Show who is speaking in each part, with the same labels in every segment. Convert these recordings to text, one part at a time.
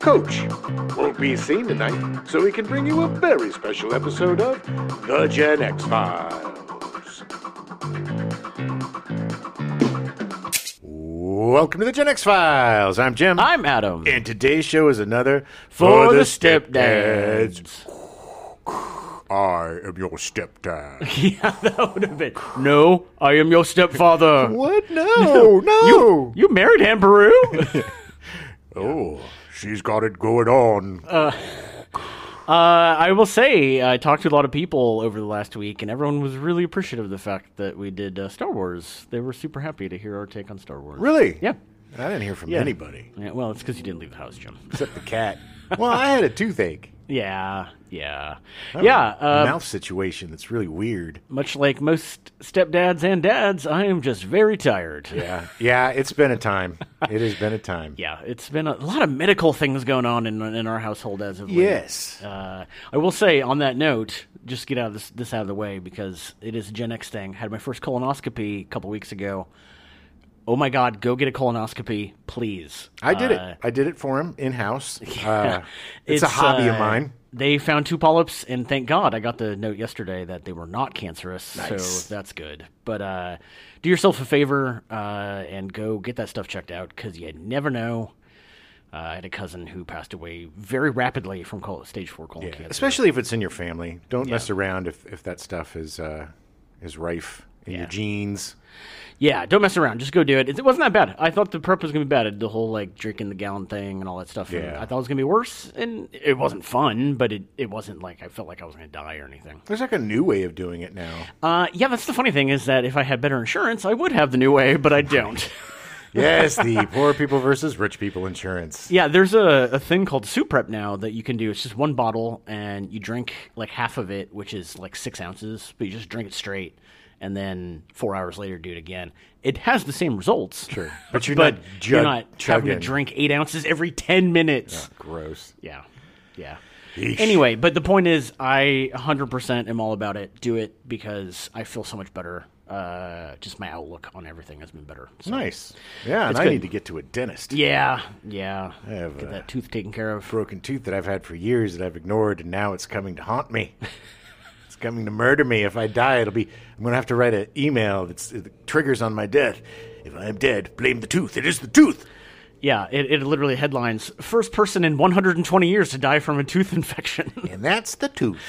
Speaker 1: Coach won't be seen tonight, so we can bring you a very special episode of The Gen X Files. Welcome to The Gen X Files. I'm Jim.
Speaker 2: I'm Adam.
Speaker 1: and today's show is another
Speaker 2: For the Stepdads.
Speaker 1: I am your stepdad.
Speaker 2: yeah, that would have been. No, I am your stepfather.
Speaker 1: What? No, no.
Speaker 2: You, you married him, Peru?
Speaker 1: Oh, she's got it going on.
Speaker 2: uh, I will say, I talked to a lot of people over the last week, and everyone was really appreciative of the fact that we did uh, Star Wars. They were super happy to hear our take on Star Wars.
Speaker 1: really?
Speaker 2: Yeah.
Speaker 1: I didn't hear from anybody
Speaker 2: yeah well, it's because you didn't leave the house, Jim.
Speaker 1: except the cat. well, I had a toothache.
Speaker 2: yeah, yeah. Yeah, uh,
Speaker 1: mouth situation that's really weird.
Speaker 2: much like most stepdads and dads, I am just very tired.
Speaker 1: Yeah. Yeah, it's been a time. It has been a time.
Speaker 2: Yeah, it's been a lot of medical things going on in in our household as of late.
Speaker 1: Yes.
Speaker 2: Uh, I will say on that note, just get out of this this out of the way because it is a Gen X thing. Had my first colonoscopy a couple weeks ago. Oh my God, go get a colonoscopy, please.
Speaker 1: I did
Speaker 2: Uh,
Speaker 1: it. I did it for him in house. Uh, it's, a
Speaker 2: it's,
Speaker 1: hobby of
Speaker 2: uh,
Speaker 1: mine.
Speaker 2: They found two polyps, and thank God I got the note yesterday that they were not cancerous,
Speaker 1: Nice.
Speaker 2: so that's good. But uh, do yourself a favor uh, and go get that stuff checked out because you never know. Uh, I had a cousin who passed away very rapidly from col- stage four colon
Speaker 1: Yeah,
Speaker 2: cancer.
Speaker 1: Especially if it's in your family. Don't mess around if, if that stuff is uh, is rife in
Speaker 2: Yeah.
Speaker 1: your genes.
Speaker 2: Yeah, don't mess around. Just go do it. It it wasn't that bad. I thought the prep was gonna be bad. The whole like drinking the gallon thing and all that stuff. and
Speaker 1: Yeah.
Speaker 2: I thought it was gonna be worse, and it wasn't fun. But it, it wasn't like I felt like I was gonna die or anything.
Speaker 1: There's like a new way of doing it now.
Speaker 2: Uh, yeah, that's the funny thing is that if I had better insurance, I would have the new way, but I don't.
Speaker 1: yes, the poor people versus rich people insurance.
Speaker 2: yeah, there's a, a thing called soup prep now that you can do. It's just one bottle and you drink like half of it, which is like six ounces, but you just drink it straight and then four hours later do it again. It has the same results.
Speaker 1: Sure. But you're
Speaker 2: But
Speaker 1: not
Speaker 2: you're
Speaker 1: jug-
Speaker 2: not having to
Speaker 1: chugging.
Speaker 2: drink eight ounces every 10 minutes.
Speaker 1: Gross.
Speaker 2: Yeah. Yeah.
Speaker 1: Yeesh.
Speaker 2: Anyway, but the point is, I 100% am all about it. Do it because I feel so much better. Uh, just my outlook on everything has been better. So.
Speaker 1: Nice. Yeah, and I
Speaker 2: good.
Speaker 1: need to get to a dentist.
Speaker 2: Yeah, yeah.
Speaker 1: have
Speaker 2: Get
Speaker 1: a-
Speaker 2: that tooth taken care of.
Speaker 1: Broken tooth that I've had for years that I've ignored, and now it's coming to haunt me. it's coming to murder me. If I die, it'll be. I'm going to have to write an email that's, that triggers on my death. If I am dead, blame the tooth. It is the tooth.
Speaker 2: Yeah, it, it literally headlines first person in 120 years to die from a tooth infection.
Speaker 1: And that's the tooth.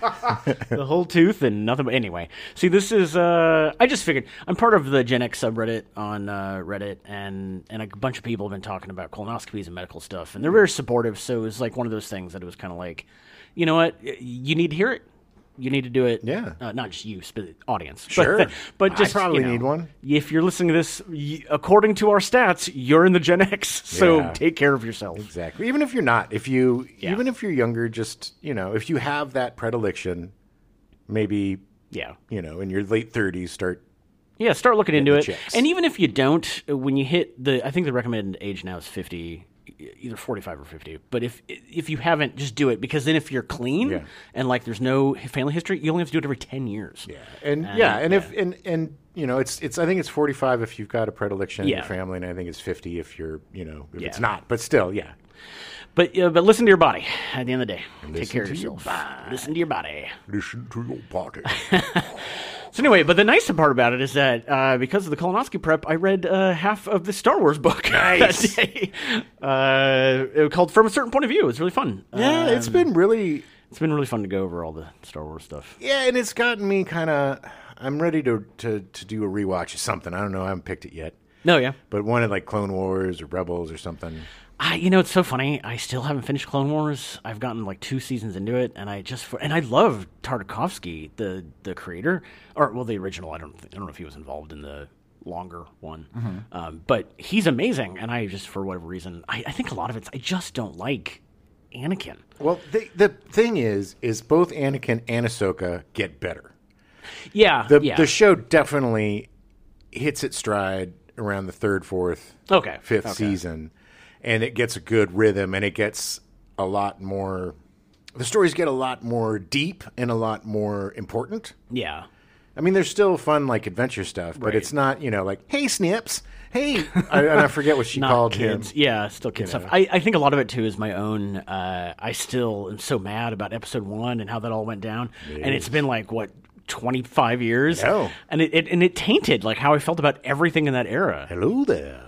Speaker 2: the whole tooth and nothing. But anyway, see, this is uh, I just figured I'm part of the Gen X subreddit on uh, Reddit, and and a bunch of people have been talking about colonoscopies and medical stuff, and they're very supportive. So it was like one of those things that it was kind of like, you know what, Y- you need to hear it. You need to do it.
Speaker 1: Yeah.
Speaker 2: Uh, not just you, but the audience.
Speaker 1: Sure.
Speaker 2: But, but
Speaker 1: I
Speaker 2: just. you
Speaker 1: probably
Speaker 2: know,
Speaker 1: need one.
Speaker 2: If you're listening to this, y- according to our stats, you're in the Gen X. So
Speaker 1: Yeah.
Speaker 2: take care of yourself.
Speaker 1: Exactly. Even if you're not, if you,
Speaker 2: Yeah.
Speaker 1: even if you're younger, just you know, if you have that predilection, maybe
Speaker 2: Yeah.
Speaker 1: you know, in your late 30s, start.
Speaker 2: Yeah, start looking into
Speaker 1: the
Speaker 2: it.
Speaker 1: checks.
Speaker 2: And even if you don't, uh, when you hit the, I think the recommended age now is fifty, e- either forty-five or fifty. But if if you haven't, just do it because then if you're clean
Speaker 1: Yeah.
Speaker 2: and like there's no family history, you only have to do it every ten years. Yeah.
Speaker 1: And yeah, and if and and you know, it's it's. I think it's 45 if you've got a predilection in
Speaker 2: Yeah.
Speaker 1: your family, and I think it's 50 if you're you know if it's
Speaker 2: Yeah.
Speaker 1: not. But still, yeah.
Speaker 2: But uh, but listen to your body. At the end of the day, take
Speaker 1: listen
Speaker 2: care of
Speaker 1: to your
Speaker 2: yourself. Listen to your body.
Speaker 1: Listen to your body.
Speaker 2: So anyway, but the nice part about it is that uh, because of the colonoscopy prep, I read uh, half of the Star Wars book
Speaker 1: Nice.
Speaker 2: that day. Uh, it was called From a Certain Point of View. It was really fun.
Speaker 1: yeah,
Speaker 2: Um,
Speaker 1: it's been really
Speaker 2: It's been really fun to go over all the Star Wars stuff.
Speaker 1: Yeah, and it's gotten me kind of. I'm ready to, to to do a rewatch of something. I don't know. I haven't picked it yet,
Speaker 2: No, yeah.
Speaker 1: but one of like Clone Wars or Rebels or something.
Speaker 2: I, you know, it's so funny. I still haven't finished Clone Wars. I've gotten like two seasons into it, and I just and I love Tartakovsky, the the creator, or well, the original. I don't think, I don't know if he was involved in the longer one, um, but he's amazing. And I just for whatever reason, I, I think a lot of it's I just don't like Anakin.
Speaker 1: Well, the the thing is, is both Anakin and Ahsoka get better.
Speaker 2: Yeah,
Speaker 1: The
Speaker 2: yeah.
Speaker 1: the show definitely hits its stride around the third, fourth,
Speaker 2: okay,
Speaker 1: fifth
Speaker 2: okay.
Speaker 1: season, and it gets a good rhythm, and it gets a lot more. The stories get a lot more deep and a lot more important.
Speaker 2: Yeah,
Speaker 1: I mean, there's still fun like adventure stuff, but
Speaker 2: Right.
Speaker 1: it's not you know like hey Snips, Hey, I, and I forget what she
Speaker 2: Not
Speaker 1: called
Speaker 2: kids.
Speaker 1: him.
Speaker 2: Yeah, still kid stuff. I, I think a lot of it too is my own. Uh, I still am so mad about episode one and how that all went down, and it's been like what twenty five years.
Speaker 1: know.
Speaker 2: and it, it and it tainted like how I felt about everything in that era.
Speaker 1: Hello there,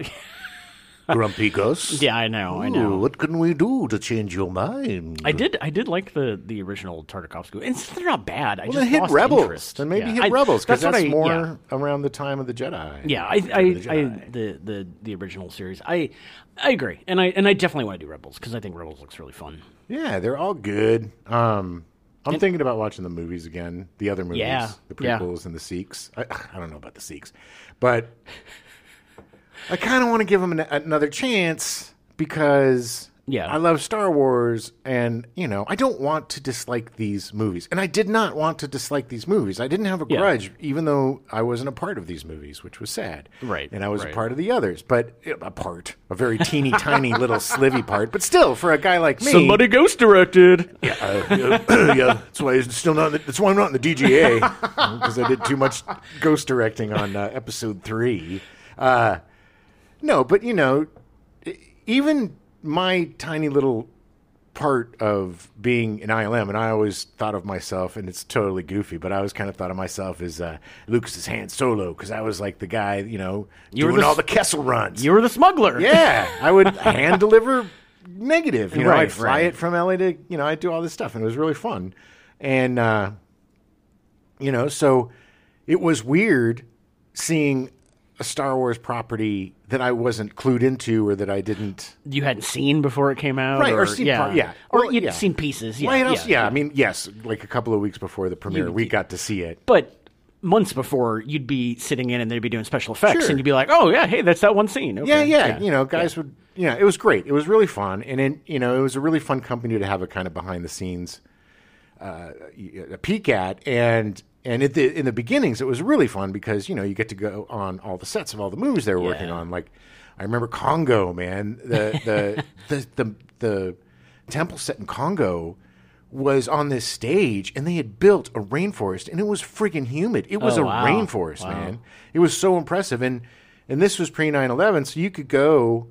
Speaker 1: Grumpy Gus.
Speaker 2: Yeah, I know, I
Speaker 1: Ooh,
Speaker 2: know.
Speaker 1: What can we do to change your mind?
Speaker 2: I did. I did like the the original Tartakovsky, and it's- they're not bad. I
Speaker 1: well,
Speaker 2: just
Speaker 1: then hit
Speaker 2: lost
Speaker 1: Rebels.
Speaker 2: interest.
Speaker 1: Then maybe
Speaker 2: Yeah.
Speaker 1: hit
Speaker 2: I-
Speaker 1: Rebels because that's,
Speaker 2: what I-
Speaker 1: more
Speaker 2: yeah.
Speaker 1: around the time of the Jedi.
Speaker 2: Yeah, I,
Speaker 1: Return
Speaker 2: I,
Speaker 1: of the
Speaker 2: I,
Speaker 1: Jedi.
Speaker 2: the, the the original series. I I agree, and I and I definitely want to do Rebels because I think Rebels looks really fun.
Speaker 1: Yeah, they're all good. Um, I'm thinking about watching the movies again, the other movies,
Speaker 2: Yeah,
Speaker 1: the
Speaker 2: yeah.
Speaker 1: prequels and the Seeks. I, I don't know about the Seeks, but I kind of want to give them an, another chance because
Speaker 2: Yeah.
Speaker 1: I love Star Wars, and you know, I don't want to dislike these movies, and I did not want to dislike these movies. I didn't have a
Speaker 2: Yeah.
Speaker 1: grudge, even though I wasn't a part of these movies, which was sad.
Speaker 2: Right,
Speaker 1: and I was a
Speaker 2: right.
Speaker 1: part of the others, but eh, a part, a very teeny tiny little slivy part, but still, for a guy like me,
Speaker 2: ghost directed.
Speaker 1: uh, yeah, yeah, that's why it's still not. in the- That's why I'm not in the DGA because I did too much ghost directing on uh, episode three. Uh, no, but you know, e- even my tiny little part of being an ILM, and I always thought of myself, and it's totally goofy, but I always kind of thought of myself as uh, Lucas's Han Solo because I was like the guy, you know,
Speaker 2: were
Speaker 1: doing
Speaker 2: the
Speaker 1: all
Speaker 2: s-
Speaker 1: the Kessel runs.
Speaker 2: You were the smuggler.
Speaker 1: Yeah, I would hand deliver negative. You know,
Speaker 2: Right,
Speaker 1: I'd fly
Speaker 2: right.
Speaker 1: it from LA to you know, I'd do all this stuff, and it was really fun. And uh, you know, so it was weird seeing a Star Wars property that I wasn't clued into or that I didn't.
Speaker 2: you hadn't seen before it came out,
Speaker 1: Right, or
Speaker 2: Or,
Speaker 1: seen
Speaker 2: yeah,
Speaker 1: part- yeah.
Speaker 2: or
Speaker 1: Well,
Speaker 2: you'd
Speaker 1: yeah.
Speaker 2: seen pieces. Yeah,
Speaker 1: Why else? Yeah, I mean, yes, like a couple of weeks before the premiere, we got to see it.
Speaker 2: But months before, you'd be sitting in and they'd be doing special effects,
Speaker 1: Sure.
Speaker 2: and you'd be like, "Oh yeah, hey, that's that one scene." Okay.
Speaker 1: Yeah, yeah, You know, guys would. Yeah, it was great. It was really fun, and then you know, it was a really fun company to have a kind of behind the scenes uh, a peek at. And and at the, in the beginnings, it was really fun because you know you get to go on all the sets of all the movies they were working
Speaker 2: Yeah.
Speaker 1: on. Like I remember Congo, man. The the the, the the temple set in Congo was on this stage and they had built a rainforest and it was freaking humid. It was
Speaker 2: Oh,
Speaker 1: a
Speaker 2: wow.
Speaker 1: rainforest, man. It was so impressive and and this was pre 9/11 so you could go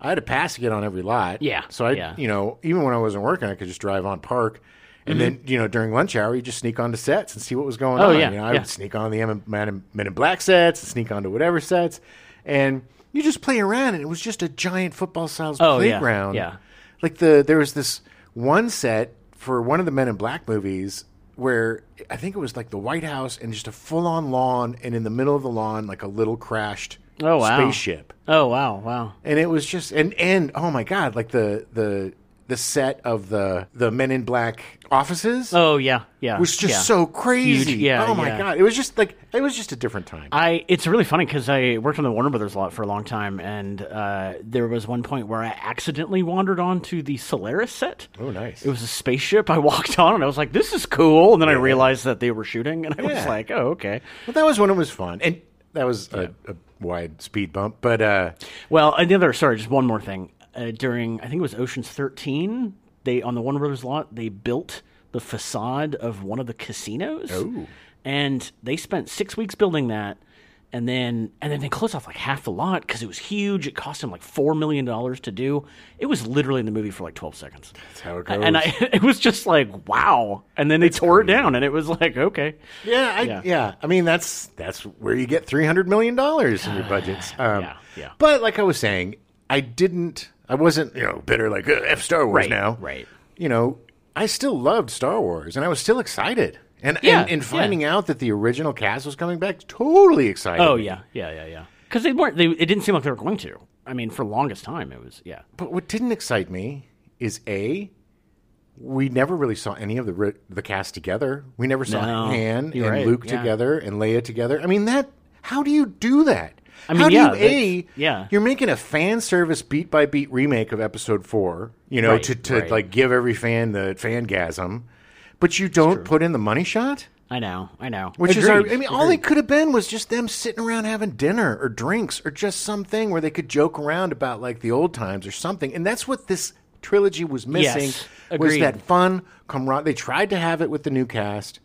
Speaker 1: I had a pass to get on every lot.
Speaker 2: Yeah,
Speaker 1: So I
Speaker 2: yeah.
Speaker 1: you know, even when I wasn't working, I could just drive on park. And then, you know, during lunch hour, you just sneak onto sets and see what was going
Speaker 2: Mm-hmm. Oh,
Speaker 1: on.
Speaker 2: yeah,
Speaker 1: You know, I
Speaker 2: yeah.
Speaker 1: would sneak on the M- Man in- Men in Black sets, sneak onto whatever sets, and you just play around. And it was just a giant football sized
Speaker 2: Oh, yeah,
Speaker 1: playground.
Speaker 2: yeah.
Speaker 1: Like the there was this one set for one of the Men in Black movies where I think it was like the White House and just a full on lawn, and in the middle of the lawn, like a little crashed
Speaker 2: Oh, wow.
Speaker 1: spaceship
Speaker 2: Oh wow, wow.
Speaker 1: and it was just and and oh my god like the the the set of the the men in black offices
Speaker 2: Oh yeah, yeah.
Speaker 1: was just
Speaker 2: yeah.
Speaker 1: so crazy
Speaker 2: Huge, yeah,
Speaker 1: oh my
Speaker 2: yeah.
Speaker 1: god it was just like it was just a different time
Speaker 2: I it's really funny because I worked on the Warner Brothers a lot for a long time, and uh, there was one point where I accidentally wandered onto the Solaris set.
Speaker 1: oh nice
Speaker 2: It was a spaceship. I walked on, and I was like, "This is cool." And then I realized that they were shooting, and I was
Speaker 1: Yeah.
Speaker 2: like, "Oh, okay."
Speaker 1: well that was when it was fun and that was a, a wide speed bump but uh
Speaker 2: Well, another sorry, just one more thing. Uh, during I think it was Ocean's Thirteen, they on the Warner Brothers lot they built the facade of one of the casinos,
Speaker 1: Oh.
Speaker 2: and they spent six weeks building that, and then and then they closed off like half the lot because it was huge. It cost them like four million dollars to do. It was literally in the movie for like twelve seconds. That's
Speaker 1: how it
Speaker 2: And I, it was just like wow, and then they tore it down, and it was like okay,
Speaker 1: yeah, I, yeah
Speaker 2: Yeah.
Speaker 1: i mean that's that's where you get 300 million dollars in your budgets um
Speaker 2: Yeah, yeah.
Speaker 1: but like i was saying i didn't i wasn't you know bitter like "Ugh, f star wars
Speaker 2: Right,
Speaker 1: now
Speaker 2: right.
Speaker 1: you know, I still loved Star Wars and I was still excited. And
Speaker 2: Yeah,
Speaker 1: and, and
Speaker 2: yeah.
Speaker 1: finding out that the original cast was coming back, totally excited.
Speaker 2: oh yeah, yeah, yeah, yeah, because they weren't. They it didn't seem like they were going to. I mean, for longest time, it was yeah.
Speaker 1: But what didn't excite me is A, we never really saw any of the ri- the cast together. We never saw
Speaker 2: No,
Speaker 1: Han and
Speaker 2: you're right,
Speaker 1: Luke
Speaker 2: yeah.
Speaker 1: together and Leia together. I mean that how do you do that?
Speaker 2: mean,
Speaker 1: how do
Speaker 2: yeah,
Speaker 1: you A
Speaker 2: that's- yeah.
Speaker 1: you're making a fan service beat by beat remake of episode four, you know,
Speaker 2: Right,
Speaker 1: to, to
Speaker 2: right.
Speaker 1: like give every fan the fangasm, but you don't put in the money shot?
Speaker 2: I know, I know.
Speaker 1: Which is, our, I
Speaker 2: Agreed.
Speaker 1: mean, all it could have been was just them sitting around having dinner or drinks or just something where they could joke around about like the old times or something. And that's what this trilogy was missing
Speaker 2: Yes,
Speaker 1: was
Speaker 2: agreed.
Speaker 1: that fun camaraderie. They tried to have it with the new cast,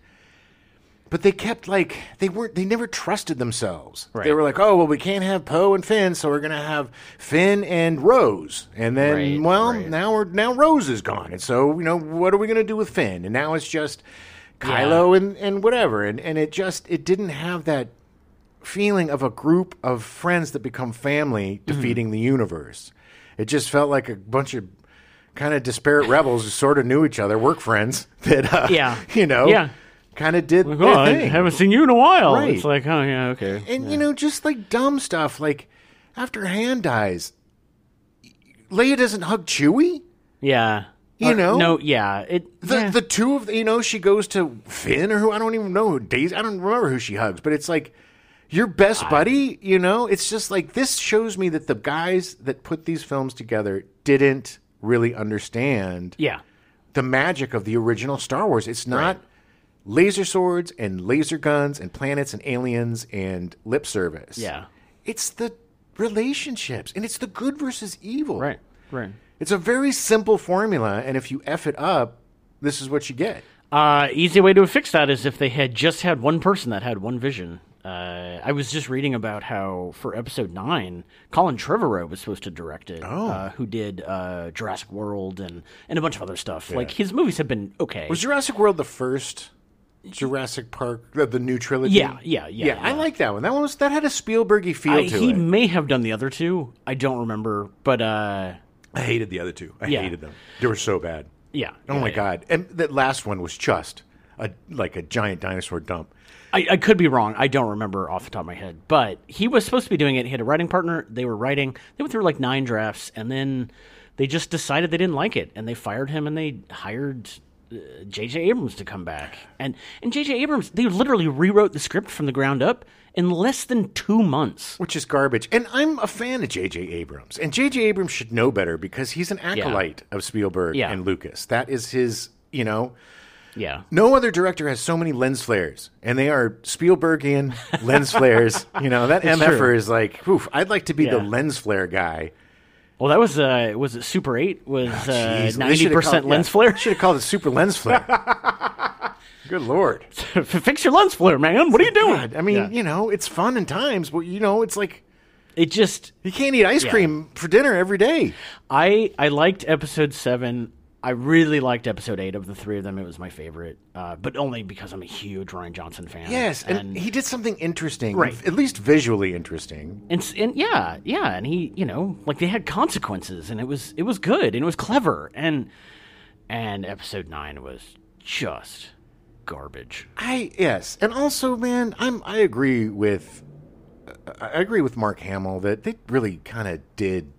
Speaker 1: But they kept like they weren't. They never trusted themselves. They
Speaker 2: Right.
Speaker 1: were like, "Oh well, we can't have Poe and Finn, so we're gonna have Finn and Rose." And then,
Speaker 2: Right,
Speaker 1: well,
Speaker 2: right.
Speaker 1: now we're now Rose is gone, and so you know what are we gonna do with Finn? And now it's just Kylo and and whatever. And and it just it didn't have that feeling of a group of friends that become family
Speaker 2: Mm-hmm.
Speaker 1: defeating the universe. It just felt like a bunch of kind of disparate rebels who sort of knew each other, work friends that uh,
Speaker 2: Yeah.
Speaker 1: you know,
Speaker 2: Yeah.
Speaker 1: kind of did
Speaker 2: Like,
Speaker 1: their
Speaker 2: oh, I
Speaker 1: thing.
Speaker 2: haven't seen you in a while.
Speaker 1: Right.
Speaker 2: It's like, oh yeah, okay.
Speaker 1: and you know, just like dumb stuff, like after Han dies, Leia doesn't hug Chewie.
Speaker 2: Yeah. Uh,
Speaker 1: You know?
Speaker 2: No, yeah. It
Speaker 1: The,
Speaker 2: yeah.
Speaker 1: the two of you know she goes to Finn or who I don't even know who Daisy I don't remember who she hugs but it's like your best buddy you know it's just like this shows me that the guys that put these films together didn't really understand
Speaker 2: Yeah.
Speaker 1: the magic of the original Star Wars it's not laser swords and laser guns and planets and aliens and lip service
Speaker 2: Yeah.
Speaker 1: it's the relationships and it's the good versus evil
Speaker 2: Right. Right.
Speaker 1: it's a very simple formula, and if you f it up, this is what you get.
Speaker 2: Uh, easy way to have fixed that is if they had just had one person that had one vision. Uh, I was just reading about how for episode nine, Colin Trevorrow was supposed to direct it, oh. uh, who did uh, Jurassic World and, and a bunch of other stuff. Like his movies have been okay.
Speaker 1: Was Jurassic World the first Jurassic Park, the, the new trilogy?
Speaker 2: yeah, yeah, yeah,
Speaker 1: yeah, I like that one. That one was that had a Spielbergy feel
Speaker 2: I-
Speaker 1: to
Speaker 2: he
Speaker 1: it.
Speaker 2: may have done the other two. I don't remember, but uh,
Speaker 1: I hated the other two. I
Speaker 2: Yeah.
Speaker 1: hated them. They were so bad.
Speaker 2: yeah.
Speaker 1: Oh my god! And that last one was just a like a giant dinosaur dump.
Speaker 2: I, I could be wrong. I don't remember off the top of my head, but he was supposed to be doing it. He had a writing partner. They were writing. They went through like nine drafts, and then they just decided they didn't like it, and they fired him, and they hired uh, J.J. Abrams to come back. And and J.J. Abrams, they literally rewrote the script from the ground up in less than two months.
Speaker 1: which is garbage. And I'm a fan of J.J. Abrams, and J.J. Abrams should know better because he's an acolyte of Spielberg
Speaker 2: Yeah.
Speaker 1: and Lucas. That is his, you know.
Speaker 2: Yeah,
Speaker 1: No other director has so many lens flares, and they are Spielbergian lens flares. You know that mf'er
Speaker 2: true.
Speaker 1: is like, oof, I'd like to be the
Speaker 2: Yeah.
Speaker 1: lens flare guy.
Speaker 2: Well, that was uh, was it Super Eight was
Speaker 1: Oh,
Speaker 2: uh,
Speaker 1: Jeez, they
Speaker 2: ninety
Speaker 1: should've
Speaker 2: percent
Speaker 1: called-
Speaker 2: lens
Speaker 1: yeah,
Speaker 2: flare.
Speaker 1: Should have called it super lens flare. Good lord!
Speaker 2: Fix your lens flare, man. What are you doing?
Speaker 1: God, I mean,
Speaker 2: Yeah.
Speaker 1: you know, it's fun in times, but you know, it's like
Speaker 2: it just
Speaker 1: you can't eat ice cream for dinner every day.
Speaker 2: I I liked episode seven. I really liked episode eight of the three of them. It was my favorite, uh, but only because I'm a huge Ryan Johnson fan.
Speaker 1: Yes, and,
Speaker 2: and
Speaker 1: he did something interesting,
Speaker 2: Right.
Speaker 1: at least visually interesting.
Speaker 2: and, s- and yeah, yeah, and he, you know, like they had consequences, and it was it was good, and it was clever, and and episode nine was just garbage.
Speaker 1: I yes, and also, man, I'm I agree with I I agree with Mark Hamill that they really kind of did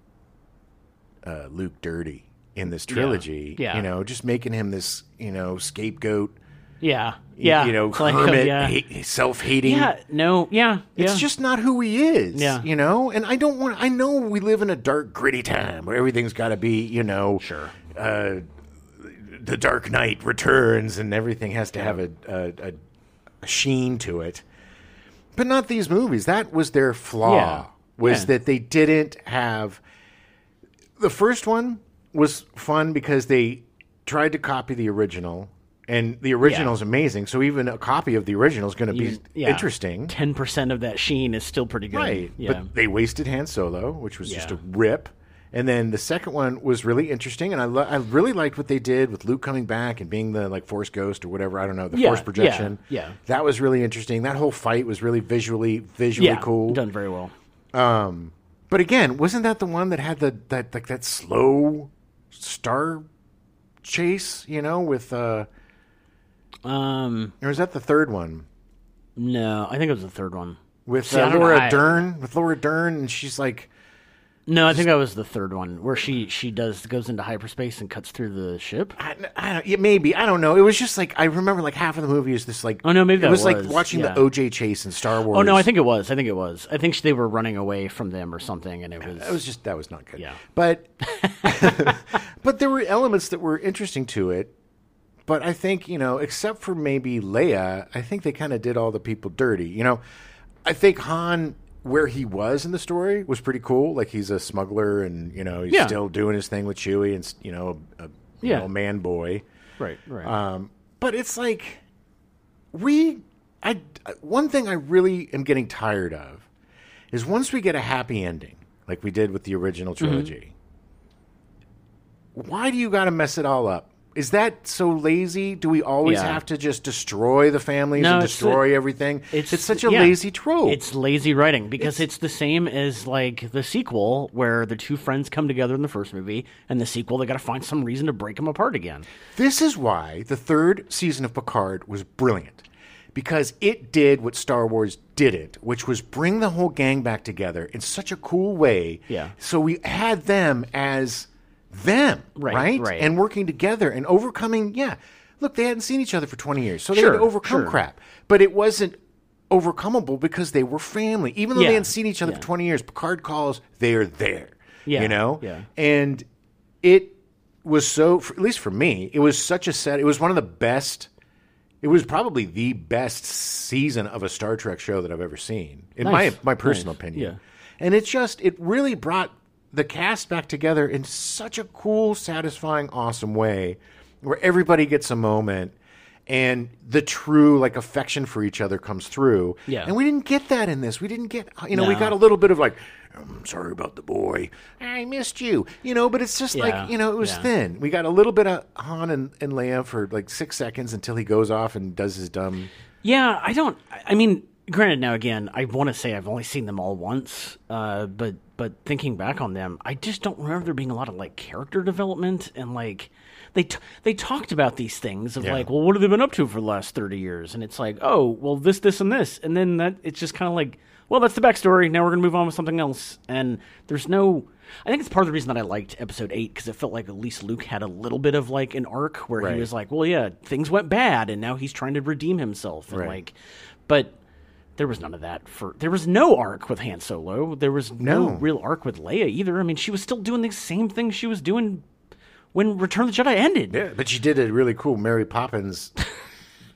Speaker 1: uh, Luke dirty in this trilogy.
Speaker 2: Yeah.
Speaker 1: you know, just making him this you know scapegoat.
Speaker 2: Yeah,
Speaker 1: y-
Speaker 2: yeah,
Speaker 1: you know,
Speaker 2: It's like, oh,
Speaker 1: hermit,
Speaker 2: yeah.
Speaker 1: hate- self-hating.
Speaker 2: yeah, no, yeah,
Speaker 1: It's
Speaker 2: yeah.
Speaker 1: just not who he is,
Speaker 2: Yeah.
Speaker 1: you know. And I don't want. I know we live in a dark, gritty time where everything's got to be, you know,
Speaker 2: Sure.
Speaker 1: Uh, the Dark Knight returns, and everything has to have a, a, a, a sheen to it. But not these movies. That was their flaw.
Speaker 2: Yeah.
Speaker 1: Was
Speaker 2: Yeah.
Speaker 1: that they didn't have the first one was fun because they tried to copy the original. And the original is amazing, so even a copy of the original is going to be interesting.
Speaker 2: Ten percent of that sheen is still pretty good.
Speaker 1: Right.
Speaker 2: Yeah.
Speaker 1: But they wasted Han Solo, which was just a
Speaker 2: Yeah.
Speaker 1: rip. And then the second one was really interesting, and I lo- I really liked what they did with Luke coming back and being the like Force Ghost or whatever I don't know the
Speaker 2: Yeah,
Speaker 1: Force
Speaker 2: yeah,
Speaker 1: projection.
Speaker 2: yeah.
Speaker 1: that was really interesting. That whole fight was really visually visually
Speaker 2: yeah.
Speaker 1: cool.
Speaker 2: Done very well.
Speaker 1: But again, wasn't that the one that had the that like that slow star chase? You know, with uh,
Speaker 2: Um.
Speaker 1: or was that the third one?
Speaker 2: No, I think it was the third one.
Speaker 1: With
Speaker 2: See, I
Speaker 1: uh,
Speaker 2: don't know.
Speaker 1: Laura
Speaker 2: I-
Speaker 1: Dern, with Laura Dern, and she's like,
Speaker 2: No, I think that was the third one where she she does goes into hyperspace and cuts through the ship.
Speaker 1: I, I don't, yeah, maybe I don't know. It was just like I remember like half of the movie is this like
Speaker 2: Oh, no, maybe
Speaker 1: it
Speaker 2: that
Speaker 1: was, like
Speaker 2: was,
Speaker 1: watching
Speaker 2: yeah.
Speaker 1: the OJ chase in Star Wars.
Speaker 2: Oh no, I think it was. I think it was. I think sh- they were running away from them or something, and it was.
Speaker 1: that was just that was not good.
Speaker 2: Yeah.
Speaker 1: but but there were elements that were interesting to it. But I think you know, except for maybe Leia, I think they kind of did all the people dirty. You know, I think Han where he was in the story was pretty cool. Like he's a smuggler, and you know he's
Speaker 2: Yeah.
Speaker 1: still doing his thing with Chewie, and s- you know a, a you
Speaker 2: Yeah. Uh,
Speaker 1: know, man boy.
Speaker 2: right, right.
Speaker 1: Um, but it's like we I one thing I really am getting tired of is once we get a happy ending, like we did with the original
Speaker 2: Mm-hmm.
Speaker 1: trilogy. Why do you got to mess it all up? Is that so lazy? Do we always
Speaker 2: Yeah.
Speaker 1: have to just destroy the families
Speaker 2: No,
Speaker 1: and
Speaker 2: it's-
Speaker 1: destroy everything? It's, such a
Speaker 2: yeah.
Speaker 1: lazy trope.
Speaker 2: It's lazy writing because it's, the same as like the sequel where the two friends come together in the first movie, and the sequel they got to find some reason to break them apart again.
Speaker 1: This is why the third season of Picard was brilliant. Because it did what Star Wars didn't, which was bring the whole gang back together in such a cool way.
Speaker 2: Yeah.
Speaker 1: So we had them as them,
Speaker 2: Right, right.
Speaker 1: And working together and overcoming, yeah. Look, they hadn't seen each other for 20 years, so they had
Speaker 2: Sure,
Speaker 1: to overcome
Speaker 2: sure.
Speaker 1: crap. But it wasn't overcomable because they were family. Even though
Speaker 2: Yeah,
Speaker 1: they hadn't seen each other
Speaker 2: yeah.
Speaker 1: for 20 years, Picard calls, they are there.
Speaker 2: Yeah,
Speaker 1: You know?
Speaker 2: yeah.
Speaker 1: and it was so for, at least for me it was such a set it was one of the best it was probably the best season of a star trek show that i've ever seen in
Speaker 2: Nice.
Speaker 1: my my personal
Speaker 2: Nice.
Speaker 1: opinion and it just it really brought the cast back together in such a cool satisfying awesome way where everybody gets a moment and the true like affection for each other comes through
Speaker 2: Yeah.
Speaker 1: and we didn't get that in this we didn't get you know we
Speaker 2: No.
Speaker 1: got a little bit of like i'm sorry about the boy i missed you you know but it's just
Speaker 2: Yeah,
Speaker 1: like you know it was
Speaker 2: yeah.
Speaker 1: thin we got a little bit of han and, and leia for like six seconds until he goes off and does his dumb
Speaker 2: Yeah, I don't. I- I mean, granted, now again, I want to say I've only seen them all once, uh, but but thinking back on them, I just don't remember there being a lot of like character development and like they t- they talked about these things of
Speaker 1: Yeah.
Speaker 2: like, well, what have they been up to for the last thirty years? And it's like, oh, well, this, this, and this, and then that it's just kind of like, well, that's the backstory. Now we're gonna move on with something else, and there's no. I think it's part of the reason that I liked episode eight because it felt like at least Luke had a little bit of like an arc where
Speaker 1: Right.
Speaker 2: he was like, well, yeah, things went bad, and now he's trying to redeem himself, and
Speaker 1: Right.
Speaker 2: like, but there was none of that for. There was no arc with Han Solo. There was no,
Speaker 1: No.
Speaker 2: real arc with Leia either. I mean, she was still doing the same thing she was doing when Return of the Jedi ended.
Speaker 1: yeah but she did a really cool mary poppins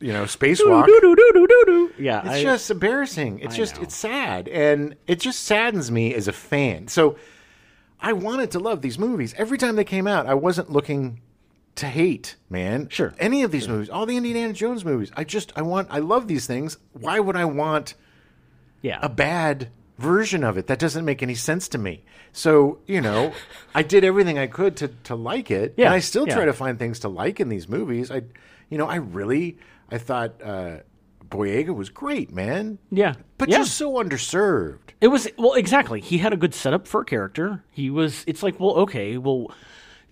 Speaker 1: you know spacewalk
Speaker 2: Doo-doo-doo-doo-doo-doo. Yeah,
Speaker 1: It's
Speaker 2: I-
Speaker 1: just embarrassing. It's just
Speaker 2: know.
Speaker 1: it's sad, and it just saddens me as a fan. So I wanted to love these movies every time they came out. I wasn't looking to hate, man.
Speaker 2: Sure.
Speaker 1: any of these movies, all the Indiana Jones movies. I just I want I love these things. Why would I want
Speaker 2: yeah.
Speaker 1: a bad version of it? That doesn't make any sense to me. So you know, I did everything I could to to like it,
Speaker 2: Yeah,
Speaker 1: and I still
Speaker 2: yeah.
Speaker 1: try to find things to like in these movies. I, you know, I really I thought. uh Boyega was great, man
Speaker 2: yeah,
Speaker 1: but
Speaker 2: yeah.
Speaker 1: you're so underserved.
Speaker 2: It was well, exactly. He had a good setup for a character. He was. It's like, well, okay, well,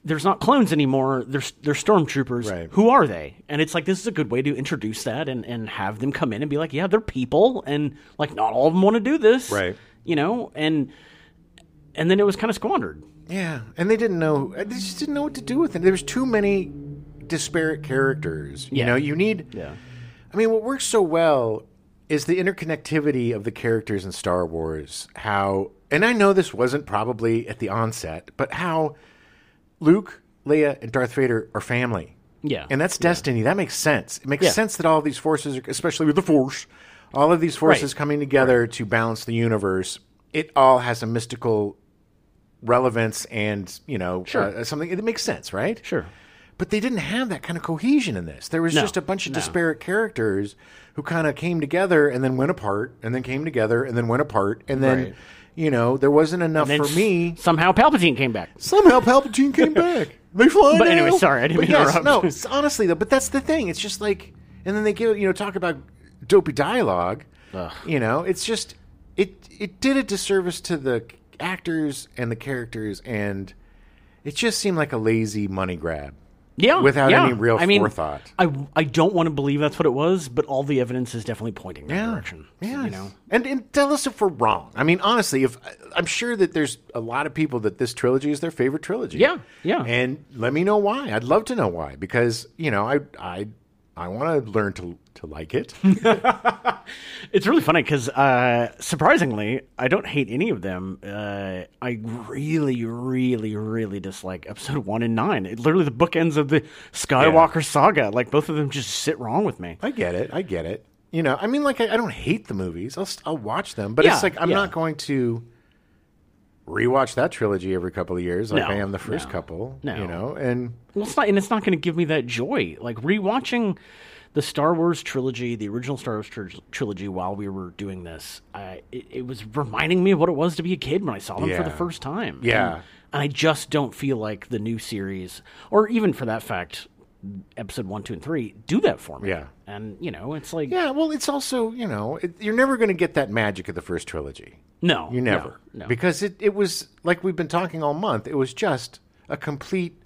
Speaker 2: there's not clones anymore. There's they're stormtroopers.
Speaker 1: Right.
Speaker 2: Who are they? And it's like this is a good way to introduce that and and have them come in and be like, yeah, they're people, and like not all of them want to do this,
Speaker 1: Right.
Speaker 2: You know, and and then it was kind of squandered.
Speaker 1: Yeah, and they didn't know. uh, They just didn't know what to do with it. There was too many disparate characters. You
Speaker 2: Yeah.
Speaker 1: know, you need.
Speaker 2: Yeah.
Speaker 1: I mean, what works so well is the interconnectivity of the characters in Star Wars. How, and I know this wasn't probably at the onset, but how Luke, Leia, and Darth Vader are family.
Speaker 2: Yeah.
Speaker 1: And that's destiny. That makes sense. It makes
Speaker 2: Yeah.
Speaker 1: sense that all these forces, are, especially with the Force, all of these forces
Speaker 2: Right.
Speaker 1: coming together to balance the universe, it all has a mystical relevance and, you know,
Speaker 2: Sure.
Speaker 1: uh, something. It makes sense, right?
Speaker 2: Sure.
Speaker 1: But they didn't have that kind of cohesion in this. There was
Speaker 2: No,
Speaker 1: just a bunch of
Speaker 2: no.
Speaker 1: disparate characters who kind of came together and then went apart and then came together and then went apart. And then,
Speaker 2: Right.
Speaker 1: you know, there wasn't enough
Speaker 2: And
Speaker 1: for
Speaker 2: s-
Speaker 1: me.
Speaker 2: somehow Palpatine came back.
Speaker 1: Somehow Palpatine came back. They fly
Speaker 2: But
Speaker 1: now.
Speaker 2: anyway, sorry, I didn't
Speaker 1: But
Speaker 2: mean to
Speaker 1: yes,
Speaker 2: interrupt.
Speaker 1: No, it's- honestly though, but that's the thing. It's just like, and then they give you know talk about dopey dialogue.
Speaker 2: Ugh.
Speaker 1: You know, it's just it it did a disservice to the actors and the characters, and it just seemed like a lazy money grab.
Speaker 2: Yeah,
Speaker 1: Without
Speaker 2: yeah.
Speaker 1: any real
Speaker 2: I mean,
Speaker 1: forethought.
Speaker 2: I I don't want to believe that's what it was, but all the evidence is definitely pointing that
Speaker 1: Yeah.
Speaker 2: direction.
Speaker 1: Yes.
Speaker 2: you know.
Speaker 1: And and tell us if we're wrong. I mean, honestly, if I'm sure that there's a lot of people that this trilogy is their favorite trilogy.
Speaker 2: Yeah, yeah.
Speaker 1: And let me know why. I'd love to know why because you know I I I want to learn to to like it.
Speaker 2: It's really funny because uh, surprisingly, I don't hate any of them. Uh, I really, really, really dislike episode one and nine. It, literally, the bookends of the Skywalker saga. Like both of them just sit wrong with me.
Speaker 1: I get it. I get it. You know, I mean, like I, I don't hate the movies. I'll st- I'll watch them, but
Speaker 2: Yeah,
Speaker 1: it's like I'm
Speaker 2: yeah.
Speaker 1: not going to rewatch that trilogy every couple of years like
Speaker 2: No,
Speaker 1: I am the first
Speaker 2: no,
Speaker 1: couple.
Speaker 2: no.
Speaker 1: You know, and
Speaker 2: Well, it's not, and it's not going to give me that joy. Like rewatching the Star Wars trilogy, the original Star Wars tr- trilogy, while we were doing this, I, it, it was reminding me of what it was to be a kid when I saw them for the
Speaker 1: Yeah.
Speaker 2: first time.
Speaker 1: Yeah.
Speaker 2: And, and I just don't feel like the new series, or even for that fact, episode one, two, and three, do that for me.
Speaker 1: Yeah.
Speaker 2: And, you know, it's like,
Speaker 1: Yeah, well, it's also you know it, you're never going to get that magic of the first trilogy.
Speaker 2: no.
Speaker 1: You
Speaker 2: no,
Speaker 1: never,
Speaker 2: No.
Speaker 1: because it it was like we've been talking all month. It was just a complete